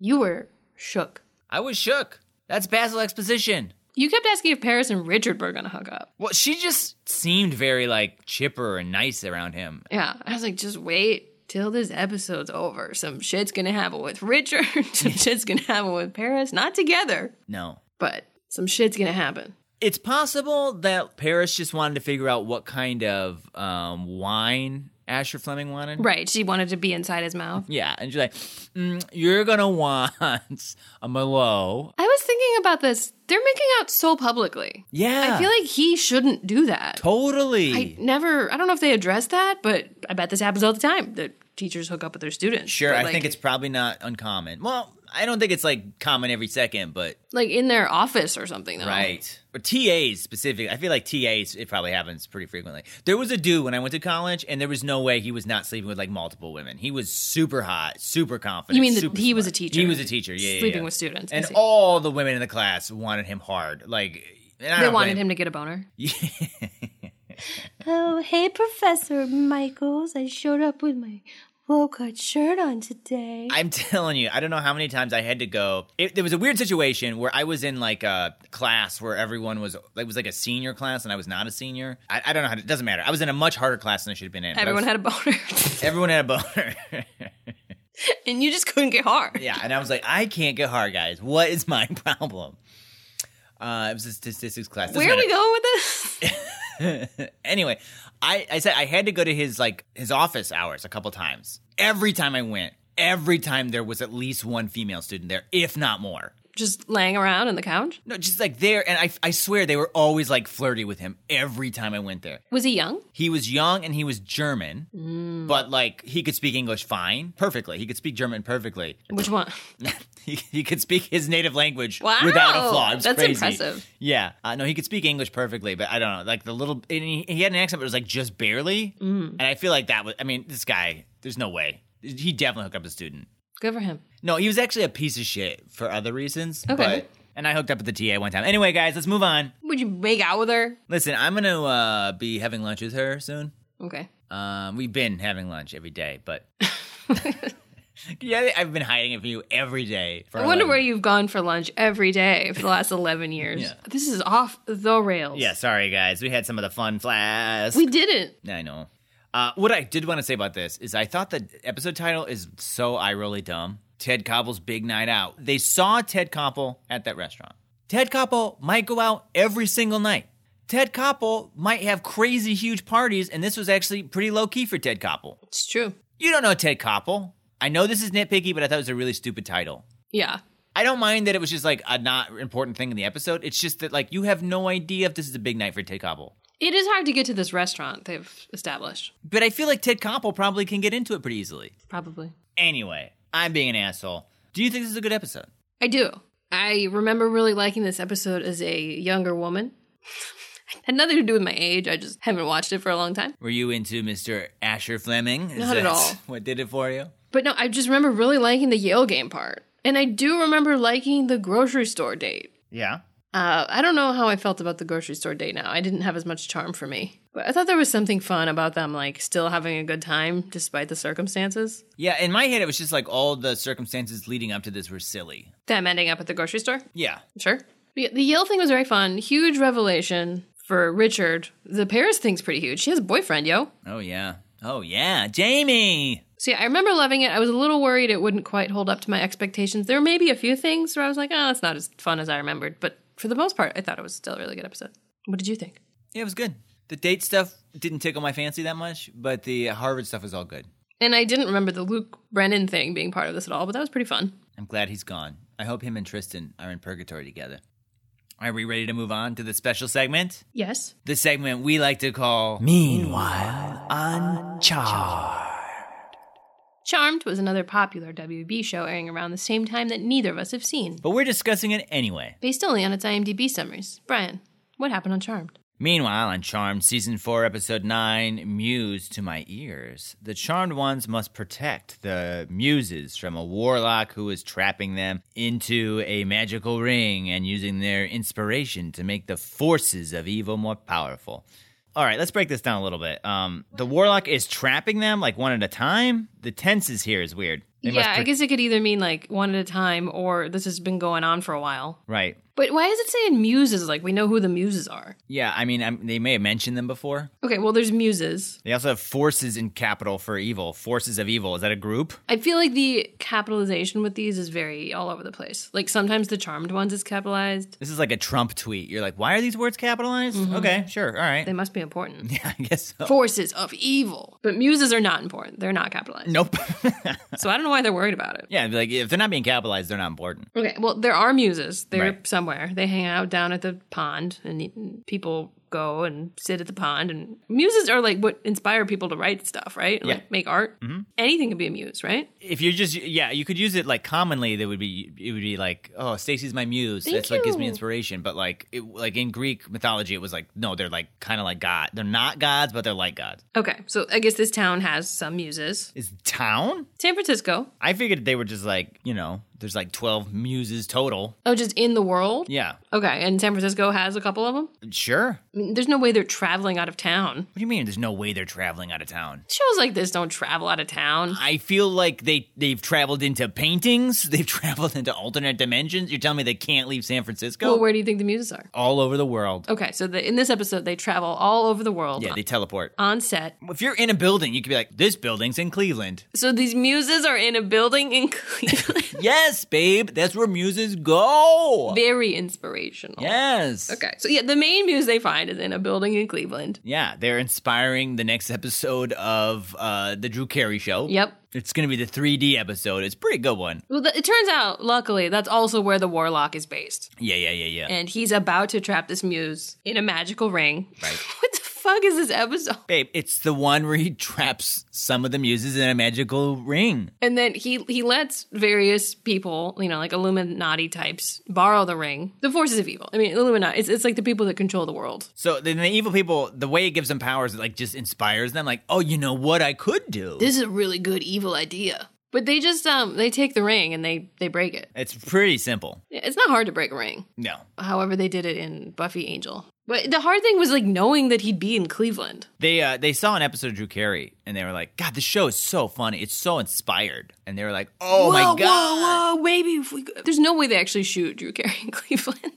You were shook. I was shook. That's Basil Exposition. You kept asking if Paris and Richard were gonna hook up. Well, she just seemed very like chipper and nice around him. Yeah. I was like, just wait till this episode's over. Some shit's gonna happen with Richard. Some shit's gonna happen with Paris. Not together, No. but some shit's gonna happen. It's possible that Paris just wanted to figure out what kind of um, wine Asher Fleming wanted. Right. She wanted to be inside his mouth. Yeah, and she's like, mm, "You're gonna want a Merlot." I was thinking about this. They're making out so publicly. Yeah, I feel like he shouldn't do that. totally. I never, I don't know if they address that, but I bet this happens all the time that teachers hook up with their students. sure, But, I like- think it's probably not uncommon. Well, I don't think it's like common every second, but like in their office or something, though. Right. Or TAs specifically. I feel like TAs, it probably happens pretty frequently. There was a dude when I went to college, and there was no way he was not sleeping with like multiple women. He was super hot, super confident. You mean that super he was a smart. teacher? He was a teacher, yeah. yeah, Sleeping yeah. with students, I And see. all the women in the class wanted him hard. Like, and I They don't wanted blame- him to get a boner. Oh, hey, Professor Michaels. I showed up with my low-cut shirt on today. I'm telling you, I don't know how many times I had to go. It, there was a weird situation where I was in like a class where everyone was, it was like a senior class and I was not a senior. I, I don't know how to, it doesn't matter. I was in a much harder class than I should have been in. but I Everyone was- had a boner, everyone had a boner. and you just couldn't get hard. Yeah, and I was like, I can't get hard, guys. What is my problem? Uh, it was a statistics class. Doesn't Where are we matter. going with this? Anyway, I, I said I had to go to his like his office hours a couple times. Every time I went, every time there was at least one female student there, if not more. just laying around on the couch. No, just like there, and I, I swear they were always like flirty with him every time I went there. Was he young? He was young and he was German, Mm. but like he could speak English fine, perfectly. He could speak German perfectly. Which one? he, he could speak his native language Wow. without a flaw. It was That's crazy. impressive. Yeah, uh, no, he could speak English perfectly, but I don't know, like the little. And he, he had an accent, but it was like just barely. Mm. And I feel like that was. I mean, this guy. There's no way. He definitely hooked up a student. Good for him. No, he was actually a piece of shit for other reasons. Okay. But, and I hooked up with the TA one time. Anyway, guys, let's move on. Would you make out with her? Listen, I'm gonna uh, be having lunch with her soon. Okay. Um, we've been having lunch every day, but. Yeah, I've been hiding it from you every day. For I wonder 11 where you've gone for lunch every day for the last 11 years. Yeah. This is off the rails. Yeah, sorry guys. We had some of the fun flasks. We didn't. I know. Uh, what I did want to say about this is I thought the episode title is so eye really dumb. Ted Koppel's Big Night Out. They saw Ted Koppel at that restaurant. Ted Koppel might go out every single night. Ted Koppel might have crazy huge parties, and this was actually pretty low key for Ted Koppel. It's true. You don't know Ted Koppel. I know this is nitpicky, but I thought it was a really stupid title. Yeah. I don't mind that it was just like a not important thing in the episode. It's just that like you have no idea if this is a big night for Ted Koppel. It is hard to get to this restaurant they've established. But I feel like Ted Koppel probably can get into it pretty easily. Probably. Anyway, I'm being an asshole. Do you think this is a good episode? I do. I remember really liking this episode as a younger woman. Had nothing to do with my age. I just haven't watched it for a long time. Were you into Mr. Asher Fleming? Is Not at that all. What did it for you? But no, I just remember really liking the Yale game part. And I do remember liking the grocery store date. Yeah. Uh, I don't know how I felt about the grocery store date now. I didn't have as much charm for me. But I thought there was something fun about them, like still having a good time despite the circumstances. Yeah, in my head, it was just like all the circumstances leading up to this were silly. Them ending up at the grocery store. Yeah. Sure. The the Yale thing was very fun. Huge revelation for Richard. The Paris thing's pretty huge. She has a boyfriend, yo. Oh, yeah. Oh, yeah. Jamie! See, I remember loving it. I was a little worried it wouldn't quite hold up to my expectations. There may be a few things where I was like, oh, it's not as fun as I remembered. But for the most part, I thought it was still a really good episode. What did you think? Yeah, it was good. The date stuff didn't tickle my fancy that much, but the Harvard stuff was all good. And I didn't remember the Luke Brennan thing being part of this at all, but that was pretty fun. I'm glad he's gone. I hope him and Tristan are in purgatory together. Are we ready to move on to the special segment? Yes. the segment we like to call Meanwhile on Charmed was another popular WB show airing around the same time that neither of us have seen, But we're discussing it anyway. based only on its IMDb summaries. Brian, what happened on Charmed? Meanwhile, on Charmed Season 4, Episode 9, Muse to My Ears, the Charmed ones must protect the Muses from a warlock who is trapping them into a magical ring and using their inspiration to make the forces of evil more powerful. All right, let's break this down a little bit. Um, the warlock is trapping them like one at a time. The tenses here is weird. They must yeah, I pro- guess it could either mean like one at a time or this has been going on for a while. Right. But why is it saying muses? Like we know who the muses are. Yeah, I mean, I'm, they may have mentioned them before. Okay, well there's muses. They also have forces in capital for evil. Forces of evil. Is that a group? I feel like the capitalization with these is very all over the place. Like sometimes the charmed ones is capitalized. This is like a Trump tweet. You're like, why are these words capitalized? Mm-hmm. Okay, sure, all right. They must be important. yeah, I guess so. Forces of evil. But muses are not important. They're not capitalized. nope. So I don't know why they're worried about it. yeah, like if they're not being capitalized, they're not important. Okay, well there are muses. They're Right. somewhere. They hang out down at the pond and the- people go and sit at the pond and muses are like what inspire people to write stuff, right? Yeah. Like make art. Mm-hmm. Anything can be a muse, right? If you're just yeah, you could use it like commonly. That would be it would be like oh, Stacy's my muse. Thank That's what gives me you. inspiration. But like it, like in Greek mythology, it was like no, they're like kind of like God. They're not gods, but they're like gods. Okay, so I guess this town has some muses. Is town? San Francisco. I figured they were just like you know, there's like twelve muses total. Oh, just in the world? Yeah, Okay, and San Francisco has a couple of them? sure. I mean, there's no way they're traveling out of town. What do you mean? There's no way they're traveling out of town. Shows like this don't travel out of town. I feel like they they've traveled into paintings. They've traveled into alternate dimensions. You're telling me they can't leave San Francisco? Well, where do you think the muses are? all over the world. Okay, so the, in this episode, they travel all over the world Yeah, on, they teleport. on set. If you're in a building, you could be like, this building's in Cleveland. So these muses are in a building in Cleveland. yes, babe, that's where muses go. Very inspirational. Yes. Okay, so yeah, the main muse they find is in a building in Cleveland. Yeah, they're inspiring the next episode of uh, the Drew Carey Show. Yep. It's going to be the 3D episode. It's a pretty good one. Well, th- it turns out, luckily, that's also where the warlock is based. Yeah, yeah, yeah, yeah. and he's about to trap this muse in a magical ring. Right. what the fuck is this episode? babe, it's the one where he traps some of the muses in a magical ring. And then he he lets various people, you know, like Illuminati types, borrow the ring. The forces of evil. I mean, Illuminati. It's, it's like the people that control the world. So then the evil people, the way it gives them powers, it like just inspires them. Like, oh, you know what I could do? This is a really good evil idea. But they just um they take the ring and they they break it. it's pretty simple. It's not hard to break a ring. No, However, they did it in Buffy Angel. But the hard thing was like knowing that he'd be in Cleveland. They uh, they saw an episode of Drew Carey and they were like, God, this show is so funny. It's so inspired. And they were like, Oh my Whoa, god. Whoa, whoa, maybe if we could. There's no way they actually shoot Drew Carey in Cleveland.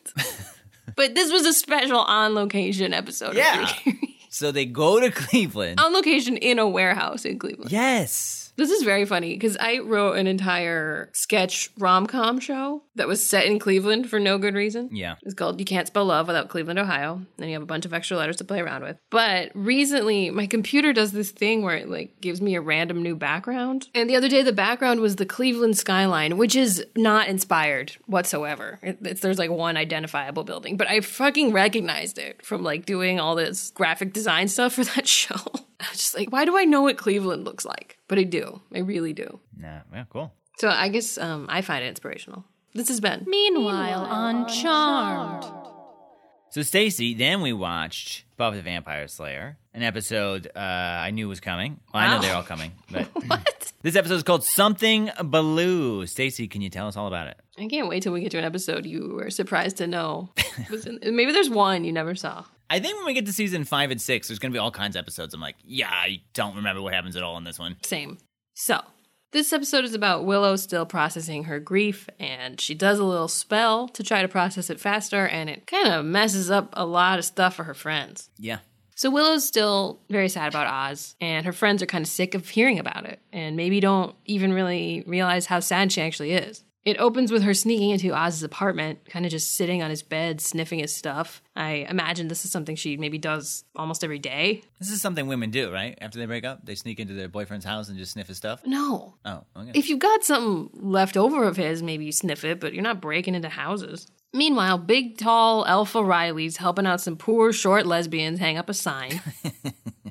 but this was a special on location episode. Yeah. Of Drew Carey. So they go to Cleveland. on location in a warehouse in Cleveland. Yes. This is very funny because I wrote an entire sketch rom com show that was set in Cleveland for no good reason. Yeah. It's called You Can't Spell Love Without Cleveland, Ohio. And you have a bunch of extra letters to play around with. But recently, my computer does this thing where it like gives me a random new background. And the other day, the background was the Cleveland skyline, which is not inspired whatsoever. It, it's, there's like one identifiable building, but I fucking recognized it from like doing all this graphic design stuff for that show. I was just like, why do I know what Cleveland looks like? But I do. I really do. Nah, yeah, cool. So I guess um, I find it inspirational. This has been Meanwhile on Charmed. So Stacy, then we watched Buffy the Vampire Slayer, an episode uh, I knew was coming. Well, I know Wow. they're all coming, but What? this episode is called Something Baloo. Stacy, can you tell us all about it? I can't wait till we get to an episode you were surprised to know. was in, maybe there's one you never saw. I think when we get to season five and six, there's going to be all kinds of episodes. I'm like, yeah, I don't remember what happens at all in this one. Same. So, this episode is about Willow still processing her grief, and she does a little spell to try to process it faster, and it kind of messes up a lot of stuff for her friends. Yeah. So, Willow's still very sad about Oz, and her friends are kind of sick of hearing about it, and maybe don't even really realize how sad she actually is. It opens with her sneaking into Oz's apartment, kind of just sitting on his bed, sniffing his stuff. I imagine this is something she maybe does almost every day. This is something women do, right? After they break up, they sneak into their boyfriend's house and just sniff his stuff. No. Oh, okay. If you've got something left over of his, maybe you sniff it, but you're not breaking into houses. Meanwhile, big, tall Alpha Riley's helping out some poor, short lesbians hang up a sign.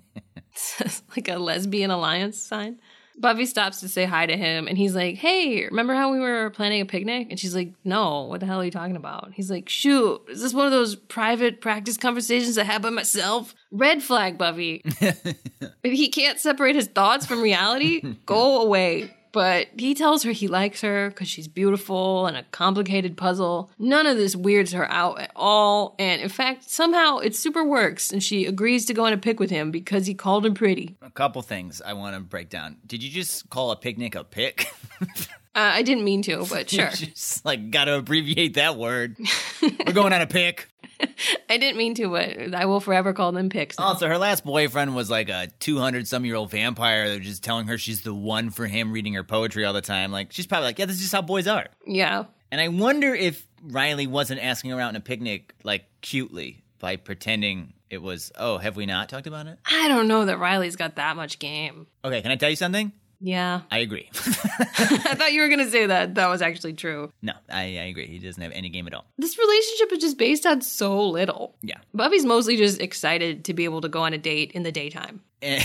It's like a lesbian alliance sign. Buffy stops to say hi to him, and he's like, Hey, remember how we were planning a picnic? And she's like, No, what the hell are you talking about? He's like, Shoot, is this one of those private practice conversations I have by myself? Red flag, Buffy. If he can't separate his thoughts from reality, go away. But he tells her he likes her because she's beautiful and a complicated puzzle. None of this weirds her out at all. And in fact, somehow it super works and she agrees to go on a pic with him because he called her pretty. Uh, a couple things I want to break down. Did you just call a picnic a pick? Uh, I didn't mean to, but sure. Just like got to abbreviate that word. We're going on a pick. I didn't mean to, but I will forever call them picks. Also, her last boyfriend was like a 200 some year old vampire that was just telling her she's the one for him, reading her poetry all the time. Like, she's probably like, yeah, this is just how boys are. Yeah. And I wonder if Riley wasn't asking her out in a picnic, like, cutely by pretending it was, oh, have we not talked about it? I don't know that Riley's got that much game. Okay, can I tell you something? Yeah. I agree. I thought you were going to say that. That was actually true. no, I, I agree. He doesn't have any game at all. This relationship is just based on so little. Yeah. Buffy's mostly just excited to be able to go on a date in the daytime. We're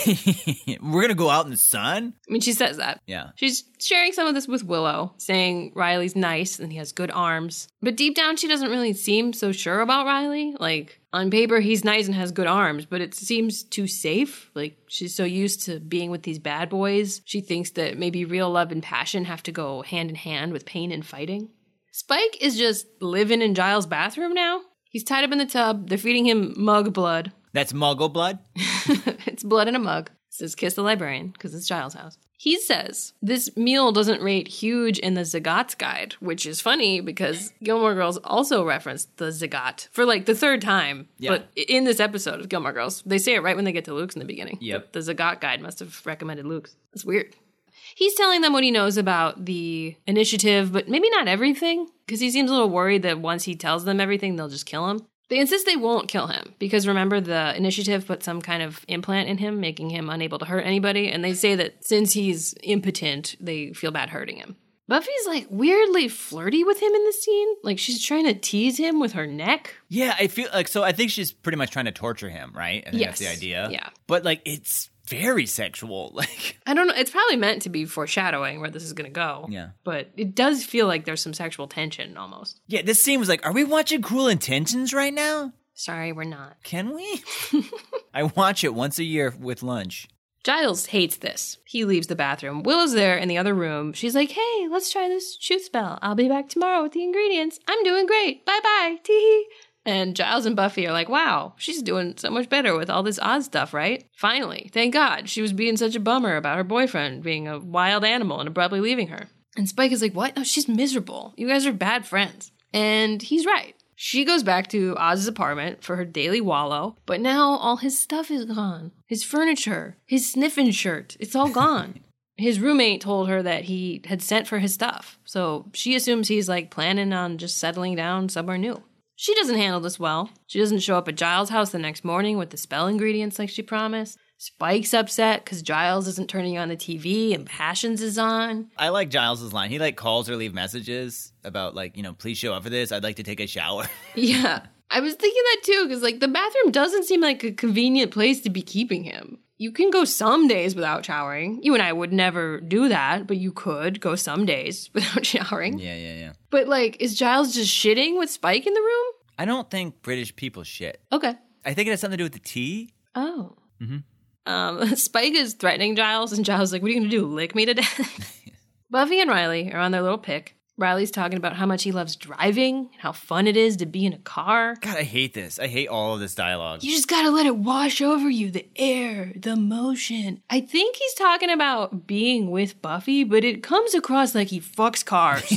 going to go out in the sun? I mean, she says that. Yeah. She's sharing some of this with Willow, saying Riley's nice and he has good arms. But deep down, she doesn't really seem so sure about Riley. Like, on paper, he's nice and has good arms, but it seems too safe. Like, she's so used to being with these bad boys. She thinks that maybe real love and passion have to go hand in hand with pain and fighting. Spike is just living in Giles' bathroom now. He's tied up in the tub. They're feeding him mug blood. That's muggle blood? it's blood in a mug. It says kiss the librarian because it's Giles' house. He says this meal doesn't rate huge in the Zagat's guide, which is funny because Gilmore Girls also referenced the Zagat for like the third time. Yeah. But i- in this episode of Gilmore Girls, they say it right when they get to Luke's in the beginning. Yep. The Zagat guide must have recommended Luke's. It's weird. He's telling them what he knows about the initiative, but maybe not everything, because he seems a little worried that once he tells them everything, they'll just kill him. They insist they won't kill him, because remember, the initiative put some kind of implant in him, making him unable to hurt anybody, and they say that since he's impotent, they feel bad hurting him. Buffy's like weirdly flirty with him in the scene. Like she's trying to tease him with her neck. Yeah, I feel like so. I think she's pretty much trying to torture him, right? I think that's the Yes. idea. Yeah. but like it's very sexual. Like, I don't know. It's probably meant to be foreshadowing where this is going to go. Yeah. But it does feel like there's some sexual tension almost. yeah, this scene was like, are we watching Cruel Intentions right now? Sorry, we're not. Can we? I watch it once a year with lunch. Giles hates this. He leaves the bathroom. Willow's there in the other room. She's like, hey, let's try this shoot spell. I'll be back tomorrow with the ingredients. I'm doing great. Bye bye. Tee hee. And Giles and Buffy are like, wow, she's doing so much better with all this odd stuff, right? Finally, thank God. She was being such a bummer about her boyfriend being a wild animal and abruptly leaving her. And Spike is like, what? No, she's miserable. You guys are bad friends. And he's right. She goes back to Oz's apartment for her daily wallow, but now all his stuff is gone. His furniture, his sniffing shirt, it's all gone. his roommate told her that he had sent for his stuff, so she assumes he's like planning on just settling down somewhere new. She doesn't handle this well. She doesn't show up at Giles' house the next morning with the spell ingredients like she promised. Spike's upset because Giles isn't turning on the TV and Passions is on. I like Giles's line. He like calls or leave messages about like you know, please show up for this. I'd like to take a shower. Yeah. I was thinking that too, because like the bathroom doesn't seem like a convenient place to be keeping him. You can go some days without showering. You and I would never do that, but you could go some days without showering. yeah, yeah, yeah. But like, is Giles just shitting with Spike in the room? I don't think British people shit. Okay. I think it has something to do with the tea. Oh. Um, Spike is threatening Giles, and Giles is like, "What are you gonna do? Lick me to death?" Buffy and Riley are on their little pick. Riley's talking about how much he loves driving, and how fun it is to be in a car. God, I hate this. I hate all of this dialogue. You just gotta let it wash over you the air, the motion. I think he's talking about being with Buffy, but it comes across like he fucks cars.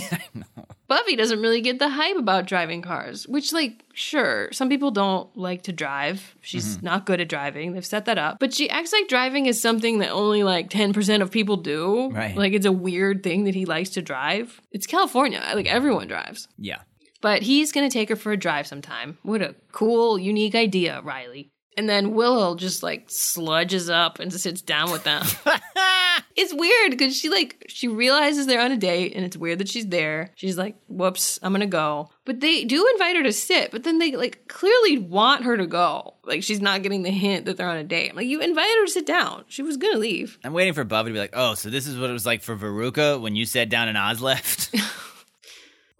Buffy doesn't really get the hype about driving cars, which, like, sure, some people don't like to drive. She's not good at driving. They've set that up. But she acts like driving is something that only like 10% of people do. Right. Like, it's a weird thing that he likes to drive. It's California. Like, everyone drives. yeah. But he's going to take her for a drive sometime. What a cool, unique idea, Riley. And then Willow just like sludges up and sits down with them. it's weird because she like she realizes they're on a date and it's weird that she's there. She's like, "Whoops, I'm gonna go." But they do invite her to sit, but then they like clearly want her to go. Like she's not getting the hint that they're on a date. I'm like, you invited her to sit down. She was gonna leave. I'm waiting for Bubba to be like, oh, so this is what it was like for Veruca when you sat down and Oz left.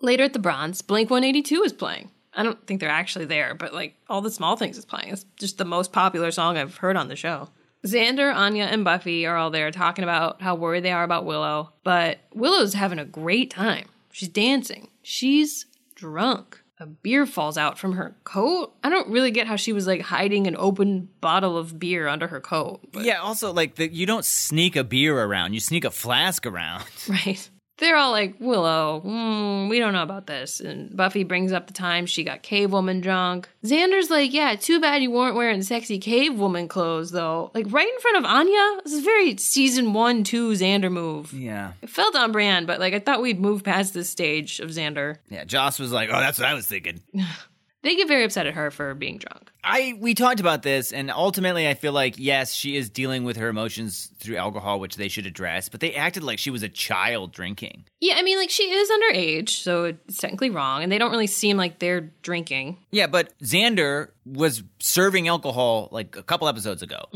Later at the Bronze, Blink 182 is playing. I don't think they're actually there, but like all the small things is playing. It's just the most popular song I've heard on the show. Xander, Anya, and Buffy are all there talking about how worried they are about Willow, but Willow's having a great time. She's dancing. She's drunk. A beer falls out from her coat. I don't really get how she was like hiding an open bottle of beer under her coat. yeah, also, like, the, you don't sneak a beer around, you sneak a flask around. Right. they're all like, Willow, mm, we don't know about this. And Buffy brings up the time she got cave woman drunk. Xander's like, yeah, too bad you weren't wearing sexy cave woman clothes, though. Like, right in front of Anya? This is very season one, two Xander move. Yeah. It felt on brand, but like, I thought we'd move past this stage of Xander. Yeah. Joss was like, oh, that's what I was thinking. They get very upset at her for being drunk. I we talked about this, and ultimately, I feel like yes, she is dealing with her emotions through alcohol, which they should address. But they acted like she was a child drinking. Yeah, I mean, like, she is underage, so it's technically wrong, and they don't really seem like they're drinking. Yeah, but Xander was serving alcohol like a couple episodes ago.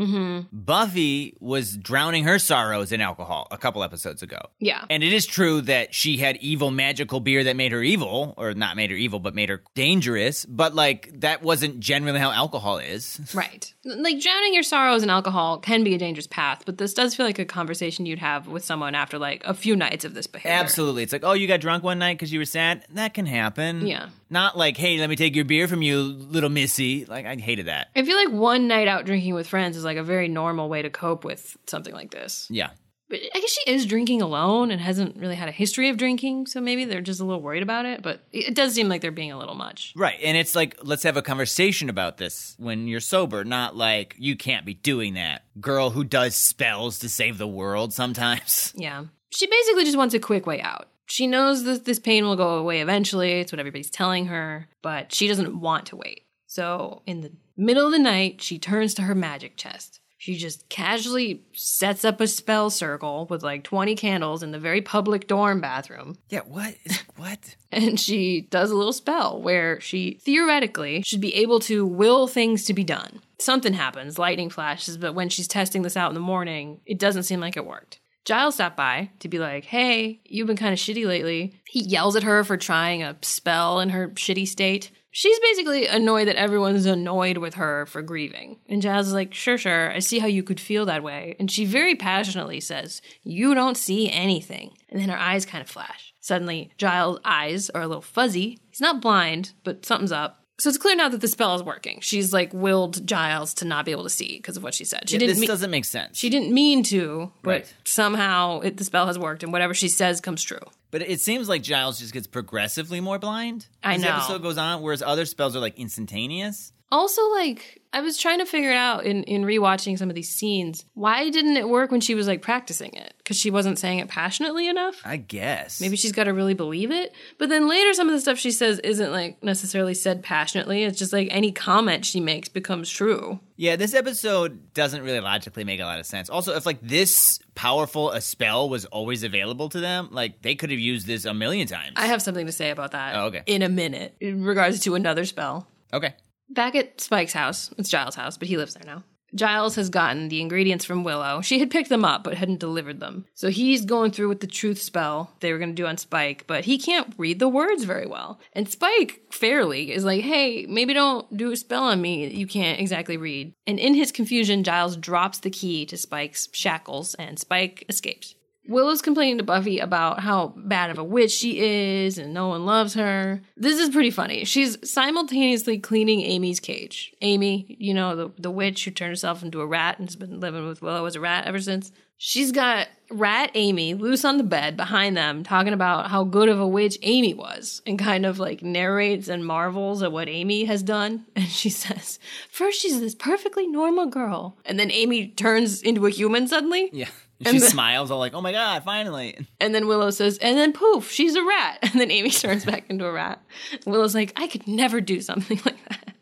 Buffy was drowning her sorrows in alcohol a couple episodes ago. Yeah. And it is true that she had evil magical beer that made her evil, or not made her evil, but made her dangerous. But like that wasn't generally how alcohol is. Right. Like drowning your sorrows in alcohol can be a dangerous path, but this does feel like a conversation you'd have with someone after like a few nights of this behavior. Absolutely. It's like, oh, you got drunk one night because you were sad. That can happen. Yeah. Not like, hey, let me take your beer from you, little missy. Like, I hated that. I feel like one night out drinking with friends is like a very normal way to cope with something like this. Yeah. But I guess she is drinking alone and hasn't really had a history of drinking, so maybe they're just a little worried about it, but it it does seem like they're being a little much. Right. And it's like, let's have a conversation about this when you're sober, not like, you can't be doing that. Girl who does spells to save the world sometimes. Yeah. She basically just wants a quick way out. She knows that this pain will go away eventually. It's what everybody's telling her, but she doesn't want to wait. So, in the middle of the night, she turns to her magic chest. She just casually sets up a spell circle with like 20 candles in the very public dorm bathroom. Yeah, what? What? And she does a little spell where she theoretically should be able to will things to be done. Something happens, lightning flashes, but when she's testing this out in the morning, it doesn't seem like it worked. Giles stopped by to be like, hey, you've been kind of shitty lately. He yells at her for trying a spell in her shitty state. She's basically annoyed that everyone's annoyed with her for grieving. And Giles is like, sure, sure, I see how you could feel that way. And she very passionately says, you don't see anything. And then her eyes kind of flash. Suddenly, Giles' eyes are a little fuzzy. He's not blind, but something's up. So it's clear now that the spell is working. She's like willed Giles to not be able to see because of what she said. She didn't this mean- doesn't make sense. she didn't mean to, but Right. somehow it, the spell has worked, and whatever she says comes true. But it seems like Giles just gets progressively more blind I as the know. episode goes on, whereas other spells are like instantaneous. Also, like I was trying to figure it out in in rewatching some of these scenes, why didn't it work when she was like practicing it? Because she wasn't saying it passionately enough. I guess. Maybe she's got to really believe it. But then later, some of the stuff she says isn't like necessarily said passionately. It's just like any comment she makes becomes true. Yeah, this episode doesn't really logically make a lot of sense. Also, if like this powerful a spell was always available to them, like they could have used this a million times. I have something to say about that. Oh, okay. In a minute, in regards to another spell. okay. Back at Spike's house, it's Giles' house, but he lives there now. Giles has gotten the ingredients from Willow. She had picked them up, but hadn't delivered them. So he's going through with the truth spell they were going to do on Spike, but he can't read the words very well. And Spike, fairly, is like, hey, maybe don't do a spell on me that you can't exactly read. And in his confusion, Giles drops the key to Spike's shackles, and Spike escapes. Willow's complaining to Buffy about how bad of a witch she is and no one loves her. This is pretty funny. She's simultaneously cleaning Amy's cage. Amy, you know, the, the witch who turned herself into a rat and has been living with Willow as a rat ever since. She's got rat Amy loose on the bed behind them talking about how good of a witch Amy was and kind of like narrates and marvels at what Amy has done. And she says, First, she's this perfectly normal girl. And then Amy turns into a human suddenly. Yeah. And she the- smiles all like, "Oh my god, finally." And then Willow says, and then poof, she's a rat. And then Amy turns back into a rat. Willow's like, I could never do something like that.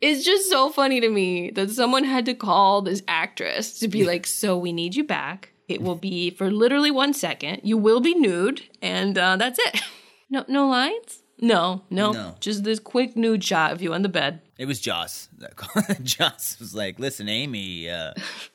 It's just so funny to me that someone had to call this actress to be like, so we need you back. It will be for literally one second. You will be nude, and uh, that's it. No, no lines. No, no, No. just this quick nude shot of you on the bed. It was Joss. that call- Joss was like, "Listen, Amy, uh,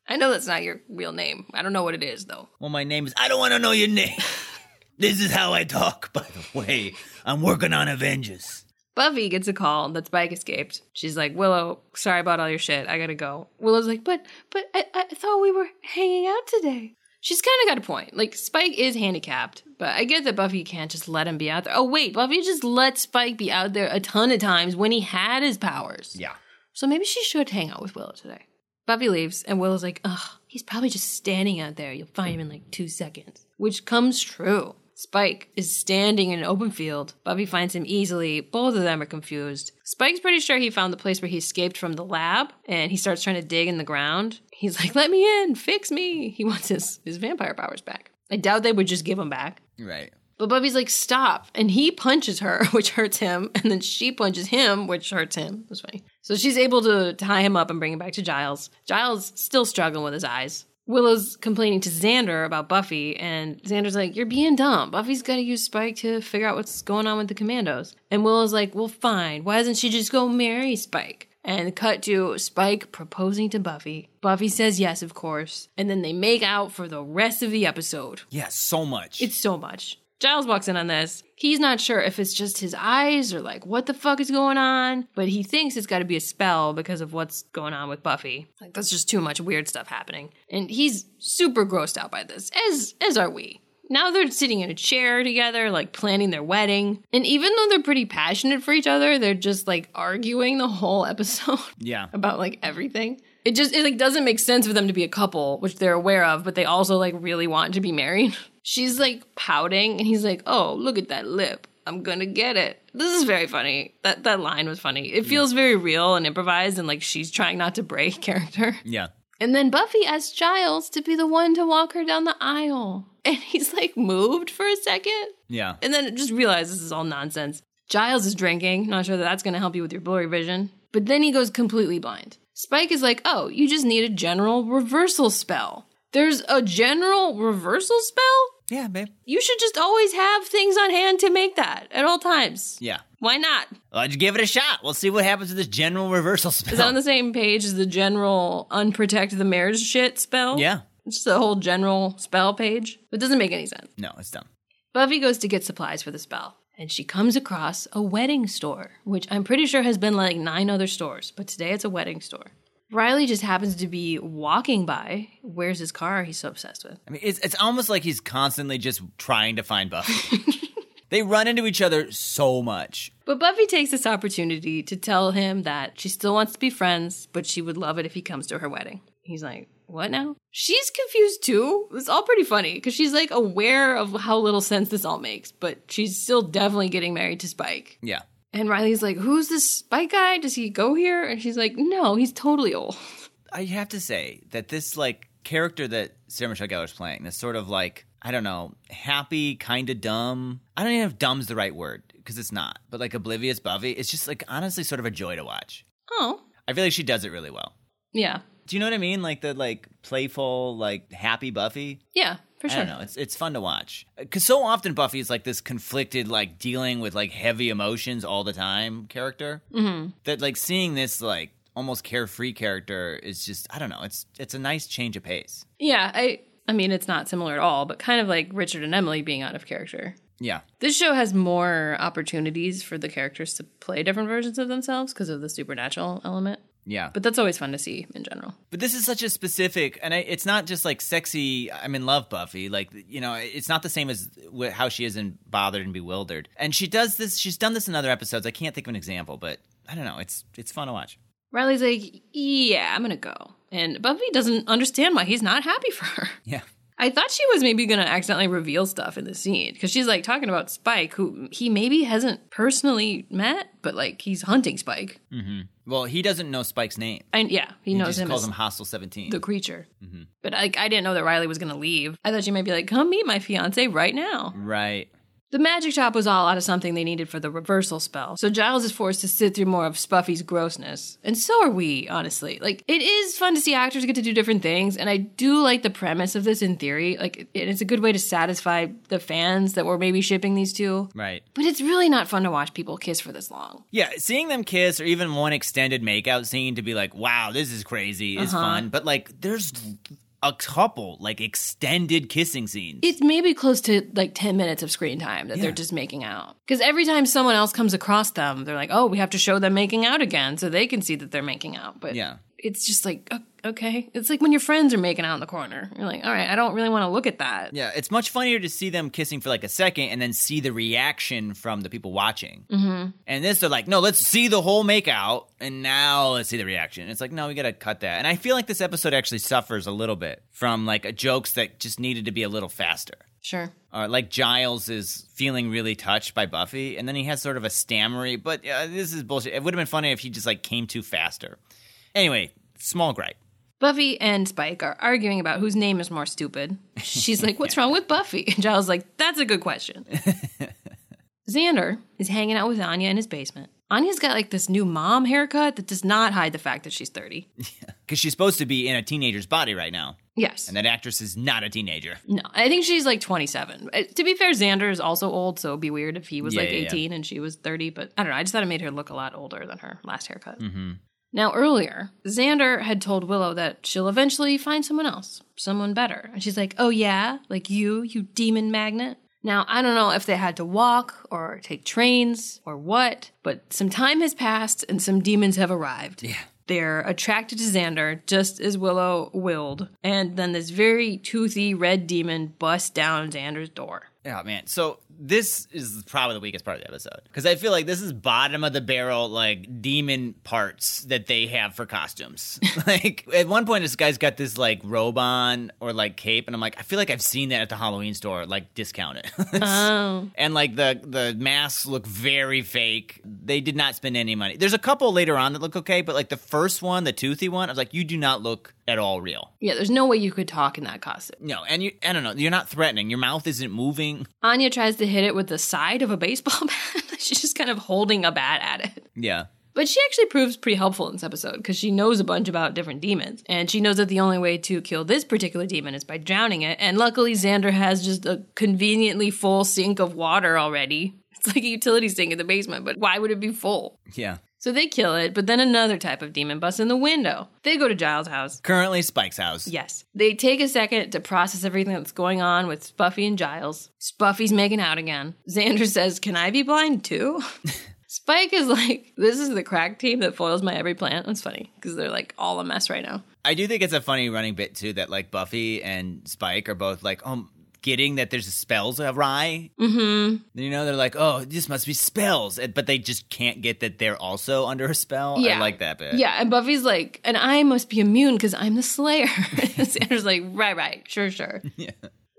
I know that's not your real name. I don't know what it is though. well my name is I don't want to know your name. this is how I talk, by the way. I'm working on Avengers." Buffy gets a call that Spike escaped. She's like, Willow, sorry about all your shit. I gotta go. Willow's like, but, but I, I thought we were hanging out today. She's kind of got a point. Like, Spike is handicapped, but I get that Buffy can't just let him be out there. Oh, wait, Buffy just let Spike be out there a ton of times when he had his powers. Yeah. So maybe she should hang out with Willow today. Buffy leaves, and Willow's like, ugh, he's probably just standing out there. You'll find him in like two seconds, which comes true. Spike is standing in an open field. Buffy finds him easily. Both of them are confused. Spike's pretty sure he found the place where he escaped from the lab and he starts trying to dig in the ground. He's like, let me in, fix me. He wants his, his vampire powers back. I doubt they would just give him back. Right. But Buffy's like, stop. And he punches her, which hurts him. And then she punches him, which hurts him. It was funny. So she's able to tie him up and bring him back to Giles. Giles still struggling with his eyes. Willow's complaining to Xander about Buffy, and Xander's like, You're being dumb. Buffy's got to use Spike to figure out what's going on with the commandos. And Willow's like, Well, fine. Why doesn't she just go marry Spike? And cut to Spike proposing to Buffy. Buffy says yes, of course. And then they make out for the rest of the episode. Yeah, so much. It's so much. Giles walks in on this. He's not sure if it's just his eyes or like what the fuck is going on, but he thinks it's got to be a spell because of what's going on with Buffy. Like that's just too much weird stuff happening, and he's super grossed out by this. As as are we. Now they're sitting in a chair together, like planning their wedding. And even though they're pretty passionate for each other, they're just like arguing the whole episode yeah. about like everything. It just it like doesn't make sense for them to be a couple, which they're aware of, but they also like really want to be married. She's like pouting and he's like, "Oh, look at that lip. I'm going to get it." This is very funny. That that line was funny. It feels very real and improvised and like she's trying not to break character. Yeah. And then Buffy asks Giles to be the one to walk her down the aisle. And he's like moved for a second Yeah. and then just realize this is all nonsense. Giles is drinking. Not sure that that's going to help you with your blurry vision. But then he goes completely blind. Spike is like, oh, you just need a general reversal spell. There's a general reversal spell? Yeah, babe. You should just always have things on hand to make that at all times. Yeah. Why not? Well, I'd give it a shot. We'll see what happens with this general reversal spell. Is that on the same page as the general unprotect the marriage shit spell? yeah. Just the whole general spell page. It doesn't make any sense. No, it's dumb. Buffy goes to get supplies for the spell, and she comes across a wedding store, which I'm pretty sure has been like nine other stores, but today it's a wedding store. Riley just happens to be walking by. Where's his car? He's so obsessed with. I mean, it's, it's almost like he's constantly just trying to find Buffy. they run into each other so much. But Buffy takes this opportunity to tell him that she still wants to be friends, but she would love it if he comes to her wedding. He's like, What now? She's confused too. It's all pretty funny because she's like aware of how little sense this all makes, but she's still definitely getting married to Spike. Yeah. And Riley's like, Who's this spy guy? Does he go here? And she's like, No, he's totally old. I have to say that this like character that Sarah Michelle Gellar's playing, this sort of like I don't know, happy, kind of dumb. I don't even know if dumb's the right word because it's not, but like oblivious Buffy. It's just like honestly sort of a joy to watch. Oh. I feel like she does it really well. Yeah. Do you know what I mean? Like the like playful, like happy Buffy. Yeah, for sure. I don't know. It's it's fun to watch because so often Buffy is like this conflicted, like dealing with like heavy emotions all the time character. Mm-hmm. That like seeing this like almost carefree character is just I don't know. It's it's a nice change of pace. Yeah, I I mean it's not similar at all, but kind of like Richard and Emily being out of character. Yeah, This show has more opportunities for the characters to play different versions of themselves because of the supernatural element. yeah. But, But that's always fun to see in general. but this is such a specific, and I, it's not just like sexy. I'm in love, Buffy. Like you know, it's not the same as wh- how she is in bothered and bewildered. And she does this. She's done this in other episodes. I can't think of an example, but I don't know. It's it's fun to watch. Riley's like, Yeah, I'm gonna go. And Buffy doesn't understand why he's not happy for her. Yeah. I thought she was maybe going to accidentally reveal stuff in the scene because she's like talking about Spike, who he maybe hasn't personally met, but like he's hunting Spike. Well, he doesn't know Spike's name. And yeah, he, He knows just him calls as him Mm-hmm. Hostile Seventeen. the creature. But like, I didn't know that Riley was going to leave. I thought she might be like, come meet my fiance right now. Right. The magic shop was all out of something they needed for the reversal spell, so Giles is forced to sit through more of Spuffy's grossness. And so are we, honestly. Like, it is fun to see actors get to do different things, and I do like the premise of this in theory. Like, it- it's a good way to satisfy the fans that were maybe shipping these two. Right. But it's really not fun to watch people kiss for this long. Yeah, seeing them kiss or even one extended makeout scene to be like, wow, this is crazy, is fun. But like, there's a couple like extended kissing scenes. It's maybe close to like 10 minutes of screen time that Yeah. they're just making out. Because every time someone else comes across them, they're like, oh, we have to show them making out again so they can see that they're making out. But Yeah. it's just like, o- okay. It's like when your friends are making out in the corner. You're like, all right, I don't really want to look at that. yeah, it's much funnier to see them kissing for like a second and then see the reaction from the people watching. Mm-hmm. And this, they're like, no, let's see the whole makeout and now let's see the reaction. It's like, no, we got to cut that. And I feel like this episode actually suffers a little bit from like jokes that just needed to be a little faster. Sure. Uh, like Giles is feeling really touched by Buffy, and then he has sort of a stammery, but uh, this is bullshit. It would have been funny if he just like came too faster. Anyway, small gripe. Buffy and Spike are arguing about whose name is more stupid. She's like, What's wrong with Buffy? And Giles is like, That's a good question. Xander is hanging out with Anya in his basement. Anya's got like this new mom haircut that does not hide the fact that she's 30. Because she's supposed to be in a teenager's body right now, Yes. and that actress is not a teenager. No, I think she's like 27. Uh, To be fair, Xander is also old, so it'd be weird if he was Yeah, like yeah, yeah. 18 and she was 30, but I don't know. I just thought it made her look a lot older than her last haircut. Now, earlier, Xander had told Willow that she'll eventually find someone else, someone better. And she's like, oh, yeah, like you, you demon magnet. Now, I don't know if they had to walk or take trains or what, but some time has passed and some demons have arrived. Yeah. They're attracted to Xander, just as Willow willed. And then this very toothy red demon busts down Xander's door. Oh man, so this is probably the weakest part of the episode because I feel like this is bottom of the barrel like demon parts that they have for costumes. like at one point, this guy's got this like robe on or like cape, and I'm like, I feel like I've seen that at the Halloween store, like discounted. Oh. and like the the masks look very fake. They did not spend any money. There's a couple later on that look okay, but like the first one, the toothy one, I was like, you do not look at all real. Yeah, there's no way you could talk in that costume. No, and you, I don't know, you're not threatening. Your mouth isn't moving. Anya tries to hit it with the side of a baseball bat. She's just kind of holding a bat at it. Yeah. But she actually proves pretty helpful in this episode because she knows a bunch about different demons. And she knows that the only way to kill this particular demon is by drowning it. And luckily, Xander has just a conveniently full sink of water already. It's like a utility sink in the basement, but why would it be full? Yeah. So they kill it, but then another type of demon busts in the window. They go to Giles' house. Currently, Spike's house. Yes. They take a second to process everything that's going on with Spuffy and Giles. Spuffy's making out again. Xander says, Can I be blind too? Spike is like, This is the crack team that foils my every plan. That's funny because they're like all a mess right now. I do think it's a funny running bit too that like Buffy and Spike are both like, um, getting that there's spells awry. Mm-hmm. You know, they're like, oh, this must be spells, and- but they just can't get that they're also under a spell. I like that bit. Yeah. And Buffy's like, And I must be immune because I'm the Slayer. Xander's like, Right, right. Sure, sure. Yeah.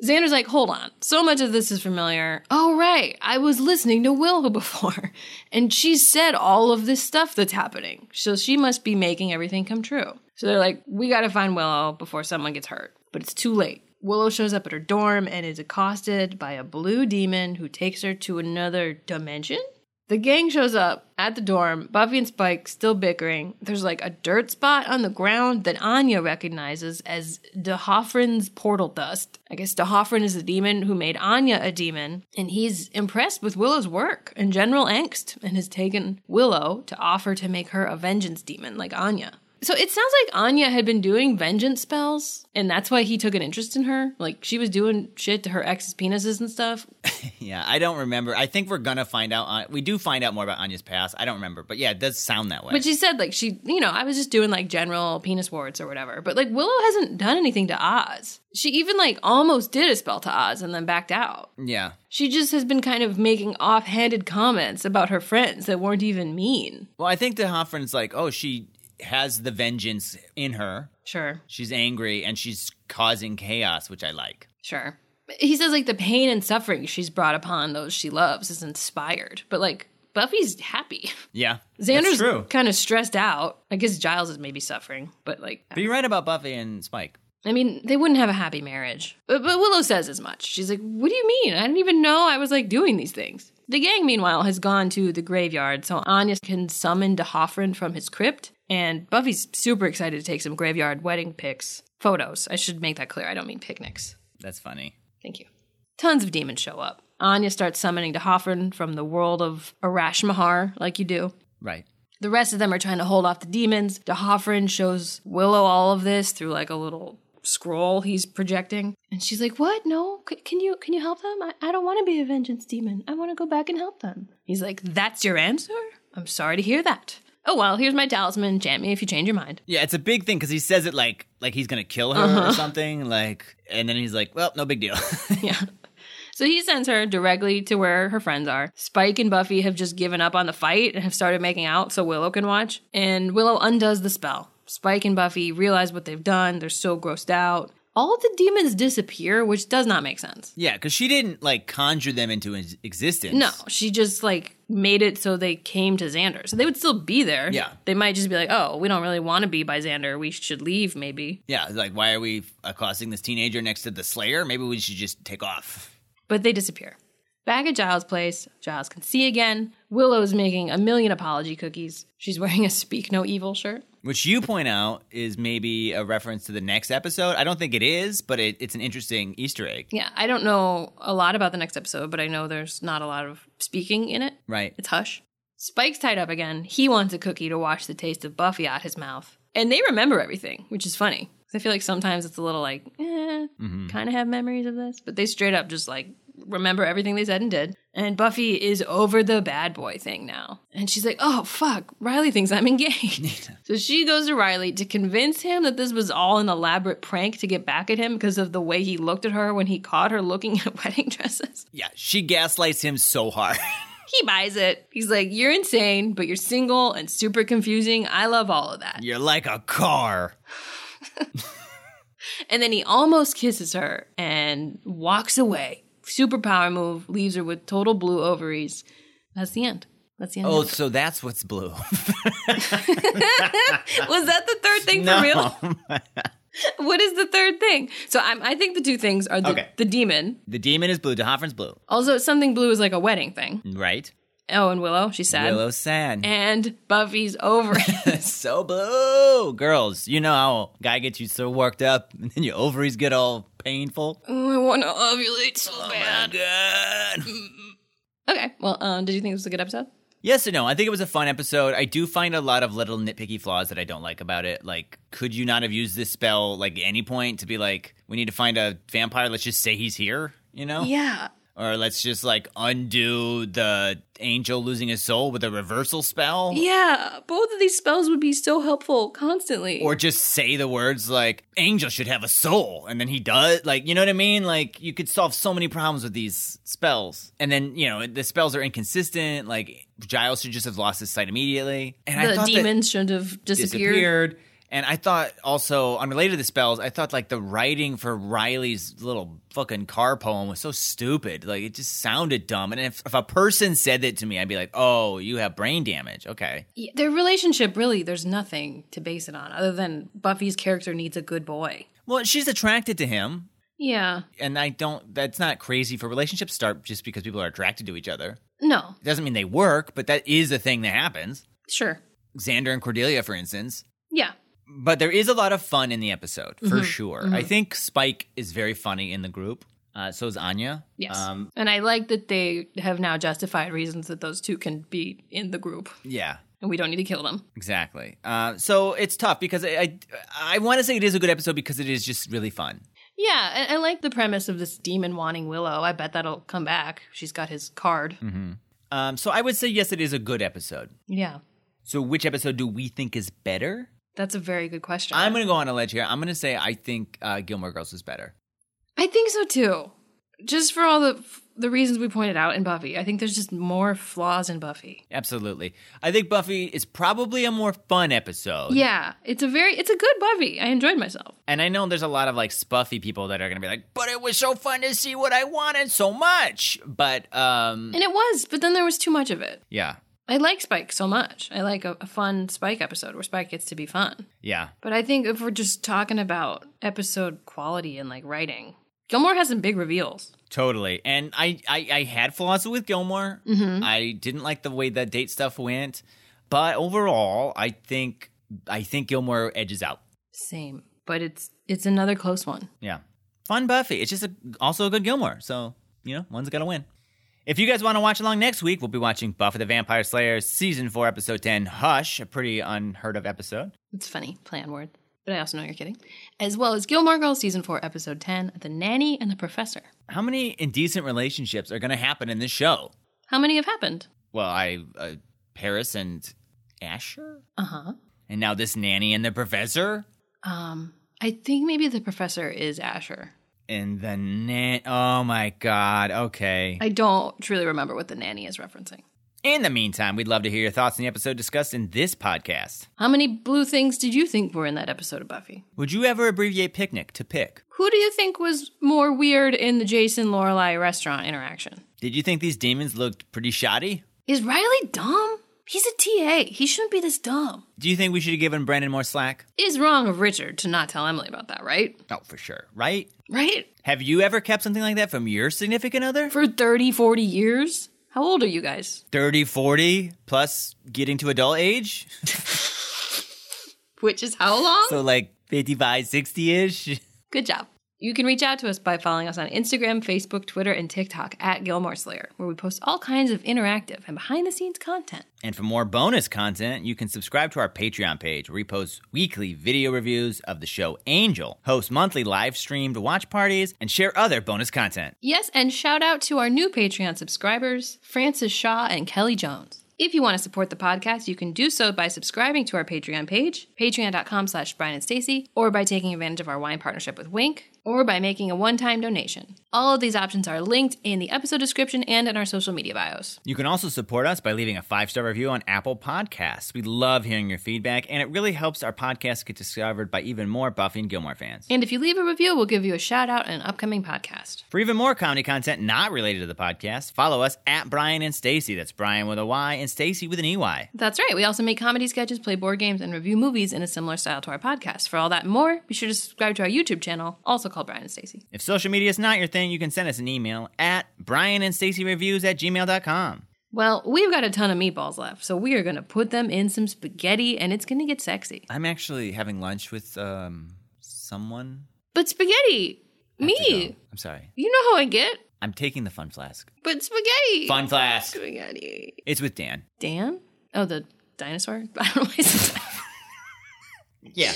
Xander's like, hold on. So much of this is familiar. Oh, right. I was listening to Willow before, and she said all of this stuff that's happening. So she must be making everything come true. So they're like, we got to find Willow before someone gets hurt. But it's too late. Willow shows up at her dorm and is accosted by a blue demon who takes her to another dimension? The gang shows up at the dorm, Buffy and Spike still bickering. There's like a dirt spot on the ground that Anya recognizes as DeHoffrin's portal dust. I guess DeHoffrin is the demon who made Anya a demon, and he's impressed with Willow's work and general angst and has taken Willow to offer to make her a vengeance demon like Anya. So it sounds like Anya had been doing vengeance spells, and that's why he took an interest in her. Like she was doing shit to her ex's penises and stuff. Yeah, I don't remember. I think we're gonna find out. On, we do find out more about Anya's past. I don't remember, but yeah, it does sound that way. But she said like she, you know, I was just doing like general penis warts or whatever. But like Willow hasn't done anything to Oz. She even like almost did a spell to Oz and then backed out. yeah, She just has been kind of making offhanded comments about her friends that weren't even mean. well, I think the Hoffman's like, oh, she has the vengeance in her. Sure, She's angry and she's causing chaos, which I like. sure. He says like the pain and suffering she's brought upon those she loves is inspired. But like Buffy's happy. Yeah, that's true. Xander's kind of stressed out. I guess Giles is maybe suffering, but like But you're right about Buffy and Spike. I mean, they wouldn't have a happy marriage. But, but Willow says as much. She's like, What do you mean? I didn't even know I was like doing these things. The gang, meanwhile, has gone to the graveyard so Anya can summon DeHoffrin from his crypt. And Buffy's super excited to take some graveyard wedding pics. Photos. I should make that clear. I don't mean picnics. That's funny. Thank you. Tons of demons show up. Anya starts summoning DeHoffrin from the world of Arashmahar, like you do. Right. The rest of them are trying to hold off the demons. DeHoffrin shows Willow all of this through like a little scroll he's projecting. And she's like, "What? No? C- can you can you help them? I, I don't want to be a vengeance demon. I want to go back and help them." He's like, That's your answer? I'm sorry to hear that. Oh well, here's my talisman. Chant me if you change your mind. Yeah, it's a big thing because he says it like like he's gonna kill her Uh-huh. or something. Like, and then he's like, "Well, no big deal." yeah. So he sends her directly to where her friends are. Spike and Buffy have just given up on the fight and have started making out so Willow can watch. And Willow undoes the spell. Spike and Buffy realize what they've done. They're so grossed out. all of the demons disappear, which does not make sense. Yeah, because she didn't like conjure them into ex- existence. No, she just like made it so they came to Xander. So they would still be there. Yeah. They might just be like, oh, we don't really want to be by Xander. We should leave, maybe. Yeah, like why are we uh, accosting this teenager next to the Slayer? Maybe we should just take off. But they disappear. Back at Giles' place, Giles can see again. Willow's making a million apology cookies. She's wearing a Speak No Evil shirt. Which you point out is maybe a reference to the next episode. I don't think it is, but it, it's an interesting Easter egg, Yeah, I don't know a lot about the next episode, but I know there's not a lot of speaking in it. right? It's hush. Spike's tied up again. He wants a cookie to wash the taste of Buffy out his mouth. And they remember everything, which is funny. 'Cause I feel like sometimes it's a little like, eh, kind of have memories of this. But they straight up just like remember everything they said and did. And Buffy is over the bad boy thing now. And she's like, oh, fuck, Riley thinks I'm engaged. so she goes to Riley to convince him that this was all an elaborate prank to get back at him because of the way he looked at her when he caught her looking at wedding dresses. Yeah, she gaslights him so hard. He buys it. He's like, You're insane, but you're single and super confusing. I love all of that. You're like a car. And then he almost kisses her and walks away. Super power move, leaves her with total blue ovaries. That's the end. That's the end. Oh, so that's what's blue. Was that the third thing for real? What is the third thing? So I'm, I think the two things are the, Okay. the demon. the demon is blue. DeHoffer's blue, Also, something blue is like a wedding thing. right? Oh, and Willow, she's sad. Willow's sad. And Buffy's over it. so blue. Girls, you know how a guy gets you so worked up and then your ovaries get all painful. oh, I want to ovulate so bad. God. mm. Okay. Well, um, did you think this was a good episode? Yes and no. I think it was a fun episode. I do find a lot of little nitpicky flaws that I don't like about it. Like, could you not have used this spell like at any point to be like, we need to find a vampire, let's just say he's here, you know? Yeah. Or let's just like undo the angel losing his soul with a reversal spell. Yeah, both of these spells would be so helpful constantly. Or just say the words like angel should have a soul and then he does like you know what I mean? Like you could solve so many problems with these spells. And then, you know, the spells are inconsistent, like Giles should just have lost his sight immediately. And I the thought that- demons should have disappeared. disappeared. And I thought also, unrelated to the spells, I thought like the writing for Riley's little fucking car poem was so stupid. Like it just sounded dumb. And if, if a person said that to me, I'd be like, oh, you have brain damage. Okay. Yeah, Their relationship really, there's nothing to base it on other than Buffy's character needs a good boy. Well, she's attracted to him. Yeah. And I don't, that's not crazy for relationships to start just because people are attracted to each other. No, It doesn't mean they work, but that is a thing that happens. sure. Xander and Cordelia, for instance, Yeah. but there is a lot of fun in the episode for sure. I think Spike is very funny in the group. Uh, so is Anya. Yes. Um, and I like that they have now justified reasons that those two can be in the group yeah. and we don't need to kill them. Exactly. Uh, so it's tough because I I, I want to say it is a good episode because it is just really fun. Yeah, and I like the premise of this demon wanting Willow. I bet that'll come back. She's got his card. Um, so I would say yes, it is a good episode. Yeah. So which episode do we think is better? That's a very good question. I'm going to go on a ledge here. I'm going to say I think uh, Gilmore Girls is better. I think so too. Just for all the the reasons we pointed out in Buffy, I think there's just more flaws in Buffy. Absolutely. I think Buffy is probably a more fun episode. Yeah, it's a very it's a good Buffy. I enjoyed myself. And I know there's a lot of like spuffy people that are gonna be like, but it was so fun to see what I wanted so much. But um And it was, but then there was too much of it. Yeah. I like Spike so much. I like a, a fun Spike episode where Spike gets to be fun. Yeah. But I think if we're just talking about episode quality and like writing, Gilmore has some big reveals. Totally. And I I, I had flaws with Gilmore. I didn't like the way the date stuff went. But overall, I think I think Gilmore edges out. Same, but it's it's another close one. Yeah. Fun Buffy. It's just a, also a good Gilmore. So, you know, one's got to win. If you guys want to watch along next week, we'll be watching Buffy the Vampire Slayer season 4 episode 10 Hush, a pretty unheard of episode. It's funny, plan word. But I also know you're kidding. As well as Gilmore Girls season four, episode ten, The Nanny and the Professor. How many indecent relationships are going to happen in this show? How many have happened? Well, I uh, Paris and Asher, Uh huh. and now this nanny and the professor, Um, I think maybe the professor is Asher. and the nan. Oh my God! Okay, I don't truly remember what the nanny is referencing. In the meantime, we'd love to hear your thoughts on the episode discussed in this podcast. How many blue things did you think were in that episode of Buffy? Would you ever abbreviate picnic to pick? Who do you think was more weird in the Jason Lorelai restaurant interaction? Did you think these demons looked pretty shoddy? Is Riley dumb? He's a TA. He shouldn't be this dumb. Do you think we should have given Brandon more slack? It is wrong of Richard to not tell Emily about that, right? Oh, for sure, right? Right? Have you ever kept something like that from your significant other? For 30, 40 years? How old are you guys? 30, 40, plus getting to adult age? Which is how long? So, like 55, 60 ish? Good job. You can reach out to us by following us on Instagram, Facebook, Twitter, and TikTok at Gilmore Slayer, where we post all kinds of interactive and behind the scenes content. And for more bonus content, you can subscribe to our Patreon page, where we post weekly video reviews of the show Angel, host monthly live streamed watch parties, and share other bonus content. Yes, and shout out to our new Patreon subscribers, Francis Shaw and Kelly Jones. If you want to support the podcast, you can do so by subscribing to our Patreon page, patreon.com slash Brian and Stacy, or by taking advantage of our wine partnership with Wink, or by making a one-time donation. All of these options are linked in the episode description and in our social media bios. You can also support us by leaving a five star review on Apple Podcasts. We love hearing your feedback, and it really helps our podcast get discovered by even more Buffy and Gilmore fans. And if you leave a review, we'll give you a shout out in an upcoming podcast. For even more comedy content not related to the podcast, follow us at Brian and Stacy. That's Brian with a Y and Stacy with an E EY. That's right. We also make comedy sketches, play board games, and review movies in a similar style to our podcast. For all that and more, be sure to subscribe to our YouTube channel, also called Brian and Stacy. If social media is not your thing, you can send us an email at Brian and Stacy Reviews at gmail.com. Well, we've got a ton of meatballs left, so we are going to put them in some spaghetti and it's going to get sexy. I'm actually having lunch with um, someone. But spaghetti! I have to Me! go. I'm sorry. You know how I get, I'm taking the fun flask. but spaghetti! Fun flask. Spaghetti. It's with Dan. Dan? Oh, the dinosaur? I don't know why I said dinosaur. Yeah.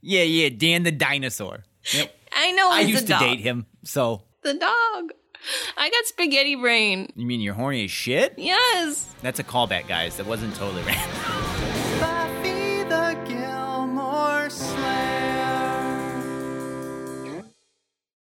Yeah, yeah. Dan the dinosaur. Yep. I know I it's used the to Oh, dog. date him, so. The dog. I got spaghetti brain. You mean you're horny as shit? Yes. That's a callback, guys. That wasn't totally random.